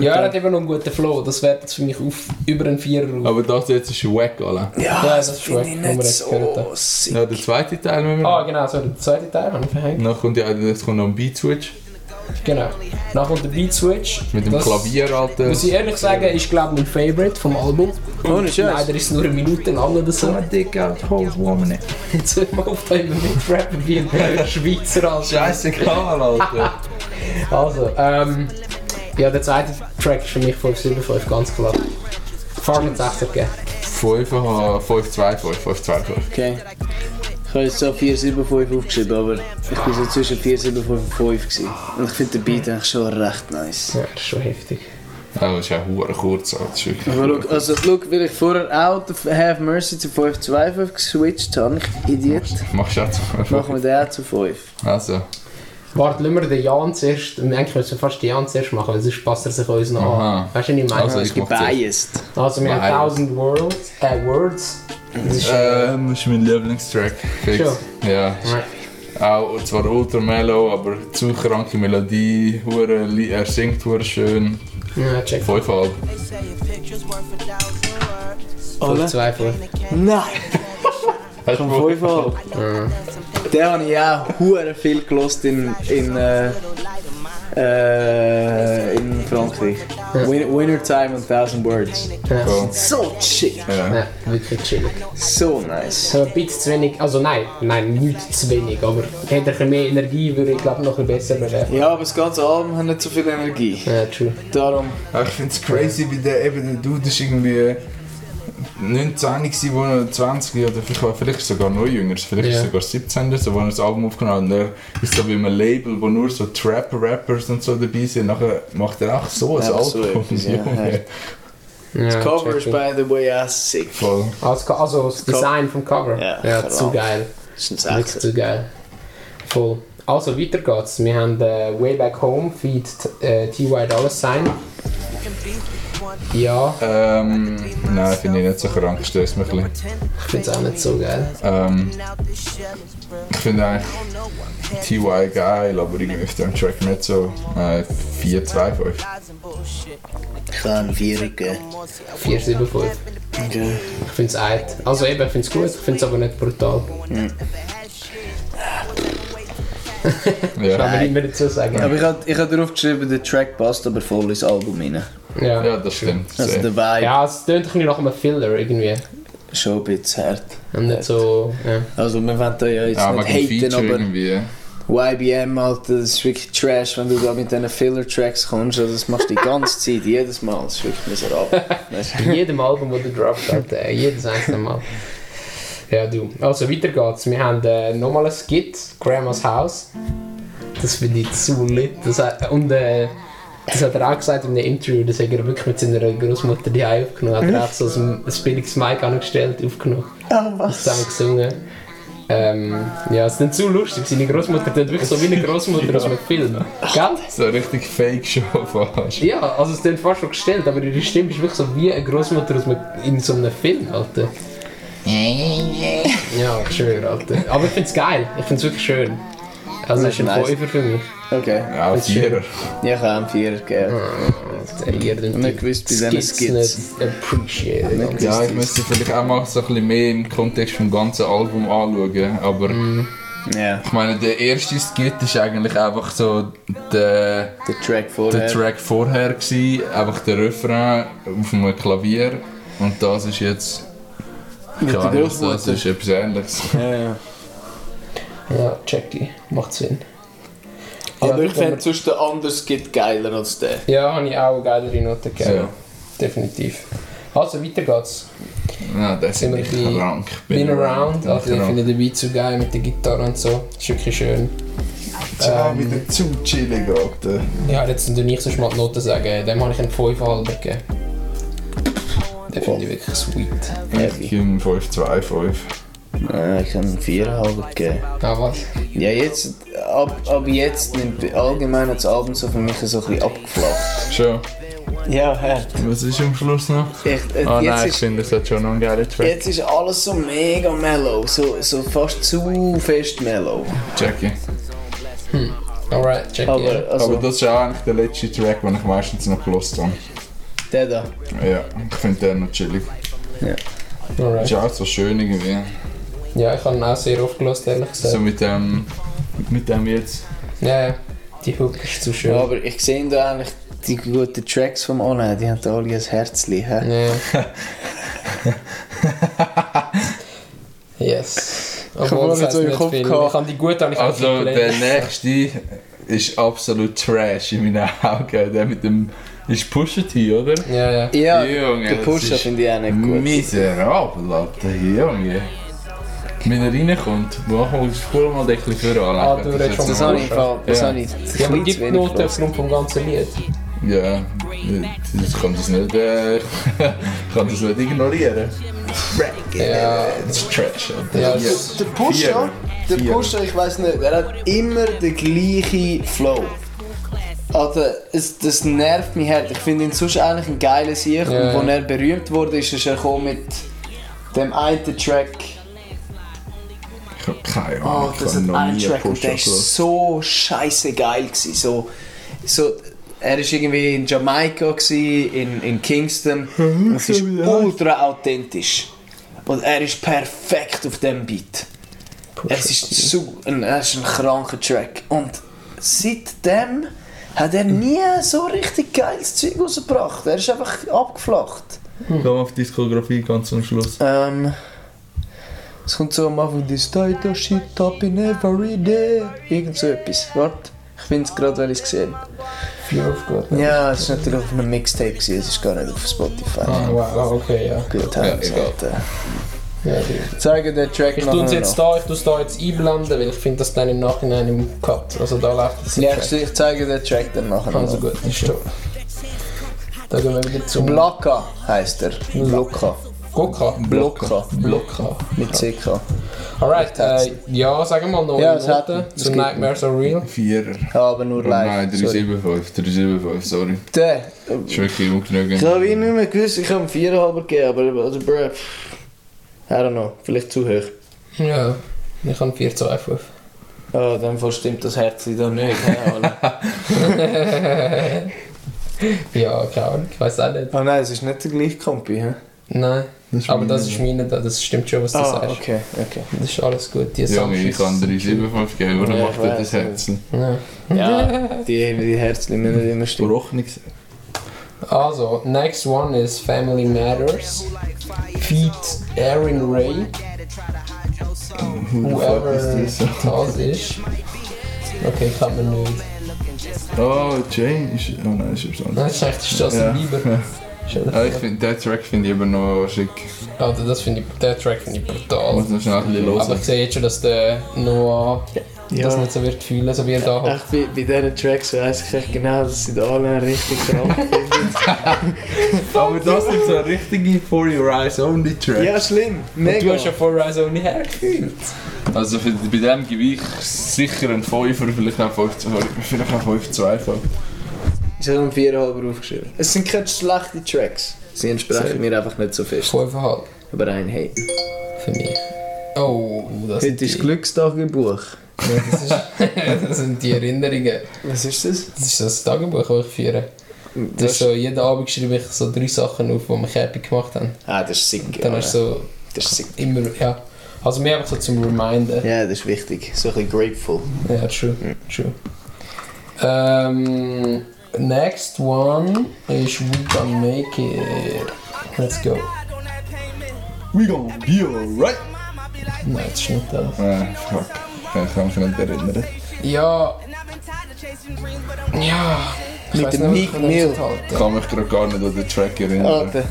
Speaker 2: Ja, er hat eben noch einen guten Flow. Das wäre jetzt für mich auf über einen Vierer auf.
Speaker 1: Aber das jetzt ist wack, alle.
Speaker 4: Ja,
Speaker 2: das ist
Speaker 4: Ah, finde
Speaker 2: wack,
Speaker 4: ich
Speaker 2: wo wir
Speaker 4: nicht
Speaker 2: jetzt gehört
Speaker 4: so sick.
Speaker 1: Ja, der zweite Teil müssen wir
Speaker 2: Ah, genau, sorry. Der zweite Teil habe ich verhängt.
Speaker 1: Dann kommt ja jetzt kommt noch ein Beat Switch
Speaker 2: Genau. Dann kommt der Beat Switch.
Speaker 1: mit dem
Speaker 2: Das-
Speaker 1: Klavier, Alter.
Speaker 2: Muss ich ehrlich sagen, ist glaube ich mein Favorite vom Album.
Speaker 4: Ohne Scheiß.
Speaker 2: Leider ist es nur eine Minute lang oder so.
Speaker 1: dick old woman.
Speaker 2: Jetzt hört man auf, da immer mitrappen wie ein Schweizer Alter.
Speaker 1: Scheißegal, Alter.
Speaker 2: Also, ähm... Ja, der zweite Track ist für mich 575, ganz klar. Fahren mit 60 geben.
Speaker 1: 5, 5, 2, 5, 5, 2, 5.
Speaker 4: Okay. Ich habe jetzt so 475 aufgeschrieben, aber ich bin so zwischen 475 und 5 gewesen. Und ich finde den Beat eigentlich schon recht nice.
Speaker 2: Ja, das ist schon heftig.
Speaker 1: Das ist ja hure kurz, Alter. Das ist wirklich
Speaker 4: Aber
Speaker 1: hure
Speaker 4: look, also look, weil ich vorher auch auf Have Mercy zu 525 geswitcht habe, ich Idiot,
Speaker 1: kurz. Machst du jetzt
Speaker 4: machen wir den auch zu 5.
Speaker 1: Also,
Speaker 2: Warte, lassen wir den Jan zuerst. und Eigentlich müssen wir fast den Jan zuerst machen, weil sonst passt er sich uns noch an.
Speaker 1: Aha.
Speaker 2: Weißt du, was ich meine?
Speaker 1: Also,
Speaker 2: Also,
Speaker 1: ich- mach das.
Speaker 4: Gebiased.
Speaker 2: wir haben
Speaker 1: Nein.
Speaker 2: 1000 Words. Äh, Words. Das ist. Äh,
Speaker 1: ähm, das ist mein Lieblingstrack. Fix.
Speaker 2: Schon?
Speaker 1: Ja. Auch zwar ultra mellow, aber zu kranke Melodie. Hure, Lied- er singt hure schön.
Speaker 2: ja, check.
Speaker 1: 5,5.
Speaker 4: Alle?
Speaker 2: 525.
Speaker 4: Nein!
Speaker 1: Hast
Speaker 4: Vom 5,5. Den habe ich auch hure viel gelost in, in, äh, äh, in Frankreich. Win Winter Time and Thousand Words.
Speaker 2: Ja.
Speaker 4: So shit.
Speaker 1: Ja.
Speaker 2: Ja, wirklich chillig.
Speaker 4: So nice.
Speaker 2: So ein bisschen zu wenig, also nein, nein, nicht zu wenig, aber hätte ich mehr Energie, würde ich glaube noch ein bisschen besser werden.
Speaker 4: Ja, aber das ganze Album hat nicht so viel Energie.
Speaker 2: Ja, true.
Speaker 4: Darum.
Speaker 1: Aber Ich finde es crazy, wie der eben der Dude ist irgendwie 19 gewesen, wo er 20 oder vielleicht, vielleicht sogar noch jünger, vielleicht
Speaker 2: Ja.
Speaker 1: sogar 17 oder so, wo er das Album aufgenommen hat. Und er ist so bei einem Label, wo nur so Trap-Rappers und so dabei sind. Nachher macht er auch so ein
Speaker 4: Ja, so
Speaker 1: Album.
Speaker 4: etwas, ja.
Speaker 1: Junge.
Speaker 4: Ja.
Speaker 2: Ja,
Speaker 4: Das Cover ist
Speaker 2: check it.
Speaker 4: by the way auch sick.
Speaker 1: Voll.
Speaker 2: Also, also das Design vom Cover.
Speaker 4: Ja,
Speaker 2: ja zu
Speaker 4: verdammt.
Speaker 2: geil.
Speaker 4: Das ist ein
Speaker 2: Wirklich
Speaker 4: Sechser.
Speaker 2: zu geil. Voll. Also weiter geht's. Wir haben äh, Way Back Home, Feed äh, TY Dollar Sign. Ja,
Speaker 1: Ähm, nein, finde ich nicht so krank, stößt mich ein bisschen.
Speaker 2: ich find's auch nicht so geil.
Speaker 1: Ähm, ich finde eigentlich TY geil, aber irgendwie auf dem Track nicht so. Äh, 4, 2, 5.
Speaker 4: Ich kann einen Vierer geben.
Speaker 2: 475.
Speaker 4: Okay.
Speaker 2: Ich find's alt. Also eben, ich find's gut, ich find's aber nicht brutal. Kann
Speaker 1: Ja.
Speaker 2: man immer dazu sagen.
Speaker 4: Aber ich habe ich hab darauf geschrieben, der Track passt aber voll ins Album rein.
Speaker 2: Ja,
Speaker 1: ja, das stimmt.
Speaker 4: Also
Speaker 1: Sehr.
Speaker 4: der Vibe
Speaker 2: ja es tönt ein bisschen nach einem Filler irgendwie.
Speaker 4: ist schon ein bisschen hart.
Speaker 2: Und nicht so. Ja.
Speaker 4: Also wir wollen da ja jetzt
Speaker 1: Ja, aber die
Speaker 4: nicht
Speaker 1: Feature
Speaker 4: haten,
Speaker 1: irgendwie.
Speaker 4: aber YBM, Alter, das ist wirklich Trash, wenn du da mit diesen Filler-Tracks kommst. Also das machst du die ganze Zeit, jedes Mal. Das ist wirklich miserabel. Dus, Weißt du?
Speaker 2: Bei jedem Album, das er droppt hat, äh, jedes einzelne Mal. Ja, du. Also weiter geht's. Wir haben äh, nochmal ein Skit, Grandma's House. Das finde ich zu lit. Das hat, und äh, das hat er auch gesagt in einem Interview, das hat er wirklich mit seiner Großmutter die aufgenommen. Hat er auch so ein, ein billiges Mic angestellt, aufgenommen.
Speaker 4: Ah,
Speaker 2: Das zusammen gesungen. Ähm, ja, es ist dann zu lustig. Seine Großmutter tut wirklich so wie eine Großmutter aus einem Film. Gell?
Speaker 1: So richtig fake schon fast.
Speaker 2: Ja, also es klingt fast schon gestellt, aber ihre Stimme ist wirklich so wie eine Großmutter aus einem, in so einem Film, Alter. ja, ich schwöre, Alter. Aber ich find's geil, ich find's wirklich schön. Also
Speaker 4: Das
Speaker 2: es
Speaker 4: ist
Speaker 2: ist ein
Speaker 4: nice.
Speaker 2: Fünfer für mich.
Speaker 4: Okay.
Speaker 1: Ja,
Speaker 2: Das ist schön.
Speaker 1: Vierer.
Speaker 4: Ja, ich kann einen Vierer geben.
Speaker 2: Alter, ihr den
Speaker 4: Nicht gewusst bei diesen Skits.
Speaker 2: nicht appreciated.
Speaker 4: Nicht
Speaker 2: Alter.
Speaker 1: Ja, ich müsste vielleicht auch mal so ein bisschen mehr im Kontext vom ganzen Album anschauen. Aber
Speaker 2: Mhm.
Speaker 4: Ja,
Speaker 1: ich meine, der erste Skit ist eigentlich einfach so der,
Speaker 4: der Track vorher.
Speaker 1: der Track vorher gewesen, einfach der Refrain auf einem Klavier. Und das ist jetzt.
Speaker 4: Mit der
Speaker 1: Keine Ahnung, was das
Speaker 4: Großmutter.
Speaker 1: ist etwas ähnliches.
Speaker 4: Ja, ja.
Speaker 2: Ja, check die. Macht Sinn.
Speaker 4: Aber
Speaker 2: Ja,
Speaker 4: ich fände sonst den anderen Skit geiler als den.
Speaker 2: Ja, habe ich auch eine geilere Note gegeben.
Speaker 1: Ja.
Speaker 2: Definitiv. Also, weiter geht's.
Speaker 1: Nein, das ist
Speaker 2: Sind wir
Speaker 1: nicht
Speaker 2: bei
Speaker 1: krank.
Speaker 2: Been Around. Also, ich
Speaker 1: Bin
Speaker 2: finde den Beat so geil mit der Gitarre und so. Ist wirklich schön. Ähm,
Speaker 1: Ja, wieder zu chillig, Alter.
Speaker 2: Ja, jetzt du nicht so mal die Noten sagen. Dem habe ich einen 5,5 gegeben. Den finde ich wirklich sweet.
Speaker 1: Ich gebe ihm 5-2-5.
Speaker 4: Ah, ich kann einen Viererhalber geben.
Speaker 2: Ah, was?
Speaker 4: Ja, jetzt, ab, ab jetzt nimmt allgemein das Album so für mich so ein bisschen abgeflacht.
Speaker 1: Schon.
Speaker 4: Ja, hä?
Speaker 1: Was ist am Schluss noch?
Speaker 4: Echt, äh,
Speaker 1: Ah
Speaker 4: jetzt,
Speaker 1: nein, ich
Speaker 4: ist,
Speaker 1: finde, das hat schon noch einen geilen Track.
Speaker 4: jetzt ist alles so mega mellow, so, so fast zu fest mellow.
Speaker 1: Jackie.
Speaker 2: Alright, check
Speaker 4: Aber,
Speaker 2: it out.
Speaker 1: Aber
Speaker 4: also,
Speaker 1: das ist auch eigentlich der letzte Track, den ich meistens noch gelost habe.
Speaker 4: der da.
Speaker 1: Ja, ich finde den noch chillig. Ist
Speaker 2: Alright.
Speaker 1: auch so schön irgendwie.
Speaker 2: Ja, ich habe ihn auch sehr oft gelost, ehrlich
Speaker 1: So
Speaker 2: gesagt.
Speaker 1: mit dem. Mit dem jetzt.
Speaker 2: Ja, ja. Die Hook ist zu schön.
Speaker 4: Ja,
Speaker 2: Ja,
Speaker 4: aber ich sehe da eigentlich die guten Tracks vom Anna, die haben da alle ein Herzli, hä?
Speaker 2: yes.
Speaker 4: habe
Speaker 2: Obwohl, das
Speaker 4: nicht so
Speaker 2: heisst
Speaker 4: im
Speaker 2: nicht
Speaker 4: Kopf
Speaker 2: viel. Ich
Speaker 4: gehabt.
Speaker 2: habe die gut, habe ich
Speaker 1: Also
Speaker 2: auch
Speaker 1: der nächste ist absolut trash in meinen Augen. Der mit dem. Ist Pusha T, oder?
Speaker 2: Ja, ja.
Speaker 4: Ja,
Speaker 1: Junge,
Speaker 4: den
Speaker 1: das
Speaker 4: Pusher
Speaker 1: ist
Speaker 4: finde ich auch nicht gut.
Speaker 1: Miserabel, Alter, Junge. Wenn er reinkommt, mach mal das Fuhl mal ein bisschen für an.
Speaker 2: Ah, du redest vom
Speaker 4: Das habe ich, im Fall- das
Speaker 1: Ja.
Speaker 4: habe ich
Speaker 2: Ja, aber gibt
Speaker 4: ein bisschen zu
Speaker 2: die
Speaker 4: wenig
Speaker 2: Noten
Speaker 4: gehört.
Speaker 2: aufgrund vom ganzen Lied.
Speaker 1: Ja, ich kann das nicht, äh, ich kann das nicht ignorieren.
Speaker 2: Ja.
Speaker 1: Das ist Trash. Alter.
Speaker 2: Ja,
Speaker 1: Ja.
Speaker 2: das-
Speaker 4: Der Pusher, der
Speaker 1: Vier.
Speaker 4: Pusher, ich weiß nicht, er hat immer den gleichen Flow. eh, Alter, es, das nervt mich hart. Ich finde ihn sonst eigentlich ein geiler Sieg.
Speaker 2: Ja,
Speaker 4: Und wo
Speaker 2: ja.
Speaker 4: er berühmt wurde, ist er gekommen mit dem einen Track.
Speaker 1: Ich hab keine
Speaker 4: Oh,
Speaker 1: Ahnung, ich
Speaker 4: das
Speaker 1: hab
Speaker 4: hat
Speaker 1: noch
Speaker 4: einen
Speaker 1: nie
Speaker 4: Track und der
Speaker 1: Pusher
Speaker 4: ist
Speaker 1: gehört.
Speaker 4: so scheiße geil gewesen. So, so, er ist irgendwie in Jamaika gewesen, in, in Kingston. Und es ist ultra authentisch. Und er ist perfekt auf dem Beat. Es ist, so, ein, es ist ein kranker Track. Und seitdem hat er nie so richtig geiles Zeug rausgebracht. Er ist einfach abgeflacht.
Speaker 1: Komm auf Diskografie ganz am Schluss.
Speaker 4: Ähm, es kommt so am Anfang, this title shit up in every day. Irgend so etwas. Warte, ich finde es gerade, weil ich es gesehen
Speaker 2: Viel aufgehört.
Speaker 4: Ja, es war natürlich auf einem Mixtape, dus gewesen, es ist gar nicht auf Spotify.
Speaker 2: Ah, wow, okay, ja.
Speaker 4: Good times,
Speaker 1: egal.
Speaker 4: Alter.
Speaker 2: ja die-
Speaker 4: Zeige den Track
Speaker 2: ich
Speaker 4: nachher
Speaker 2: tue es jetzt
Speaker 4: noch.
Speaker 2: da, ich tue es da jetzt einblenden, weil ich finde das dann im Nachhinein im Cut. Also da läuft das
Speaker 4: Ja, ich, ich zeige den Track dann nachher
Speaker 2: Also
Speaker 4: noch.
Speaker 2: gut, ist schon. Da gehen wir wieder zum
Speaker 4: Blaka heisst er. Blocka.
Speaker 2: Goka.
Speaker 4: Blocka.
Speaker 2: Blocka.
Speaker 4: Mit CK.
Speaker 2: Alright, äh, ja, sagen wir mal noch
Speaker 4: Ja,
Speaker 2: eine
Speaker 4: es hat-
Speaker 2: Note
Speaker 4: es
Speaker 2: zu
Speaker 4: gibt-
Speaker 2: Nightmares Are Real.
Speaker 1: Vierer.
Speaker 4: Ja, aber nur
Speaker 1: Oh nein,
Speaker 4: live. sorry.
Speaker 1: 375, 375, sorry.
Speaker 4: Der.
Speaker 1: Ist wirklich ungenügend.
Speaker 4: Ich habe ihn nicht mehr gewusst, ich habe ihm 4,5 gegeben, aber also, bruh. I don't know, vielleicht zu hoch.
Speaker 2: Ja, ich habe 4 zu 5.
Speaker 4: Ja, in dem Fall stimmt das Herz da nicht.
Speaker 2: Ja, keine Ahnung, ich weiß auch nicht.
Speaker 4: oh nein, es ist nicht der gleiche Kompi, hä?
Speaker 2: Nein,
Speaker 1: Das
Speaker 2: aber das ist meine, da, das stimmt schon, was du
Speaker 4: Ah,
Speaker 2: sagst.
Speaker 4: okay, okay.
Speaker 2: Das ist alles gut, die
Speaker 1: Ja,
Speaker 2: Assumptions.
Speaker 1: ich kann 375 geben, oder
Speaker 4: Ja,
Speaker 1: macht er
Speaker 4: ich
Speaker 1: das
Speaker 4: weiß
Speaker 1: Herz?
Speaker 2: Ja.
Speaker 4: Ja, die, die Herzen müssen immer stimmen.
Speaker 1: Rochnigs.
Speaker 2: Also, next one is Family Matters. Feat Aaron Ray, whoever
Speaker 1: is this?
Speaker 2: das ist. Okay, kann man nicht.
Speaker 1: Oh, Change. Oh nein, das ist was anderes.
Speaker 2: Das ist echt Justin
Speaker 1: Ja.
Speaker 2: Bieber.
Speaker 1: Ah, ich find, den Track finde ich eben noch schick.
Speaker 2: Alter, das finde ich, der Track finde ich brutal.
Speaker 1: Muss noch schnell ein bisschen
Speaker 2: Aber
Speaker 1: hören.
Speaker 2: ich sehe jetzt schon, dass der uh, Noah das nicht so wird fühlen, so wie er da hat.
Speaker 4: Echt, bei, bei diesen Tracks weiss ich echt genau, dass sie da alle richtig krank finden.
Speaker 1: Aber das ist so ein richtiger For Your Eyes Only Track.
Speaker 4: ja, schlimm. Mega.
Speaker 2: Du hast ja vorher also nicht hergefühlt.
Speaker 1: Also für, bei dem gebe ich sicher einen 5 oder vielleicht auch 5, sorry, vielleicht auch 5 zweifach.
Speaker 4: Ich habe einen 4,5 aufgeschrieben. Es sind keine schlechten Tracks. Sie entsprechen
Speaker 2: Sehr.
Speaker 4: mir einfach nicht so fest.
Speaker 2: 5,5
Speaker 4: Aber ein Hey.
Speaker 2: für mich. Oh, das sind,
Speaker 4: Heute ist
Speaker 2: die,
Speaker 4: Glückstag im Buch.
Speaker 2: das, ist, das sind die Erinnerungen.
Speaker 4: Was ist das?
Speaker 2: Das ist das Tagebuch, das ich führe. Das ist so, jeden Abend schreibe ich so drei Sachen auf, die mich happy gemacht haben.
Speaker 4: Ah, das ist sick.
Speaker 2: Dann
Speaker 4: ja.
Speaker 2: hast du
Speaker 4: Das ist sick.
Speaker 2: so immer, ja. Also mehr einfach so zum Reminden.
Speaker 4: Ja, das ist wichtig. So ein bisschen grateful.
Speaker 2: Yeah, true, true. Um, next one is We Can Make It. Let's go.
Speaker 1: We gonna be alright!
Speaker 2: Nein, das ist nicht das.
Speaker 1: Ah, fuck. Ich kann mich nicht erinnern.
Speaker 2: Ja, ja. Ich
Speaker 4: Mit
Speaker 2: weiss
Speaker 4: dem
Speaker 2: nicht, ob ich mich
Speaker 4: Meek
Speaker 2: dazu
Speaker 4: Mill.
Speaker 1: Ich
Speaker 2: halten
Speaker 1: kann mich gerade gar nicht an den Track erinnern.
Speaker 4: Alter.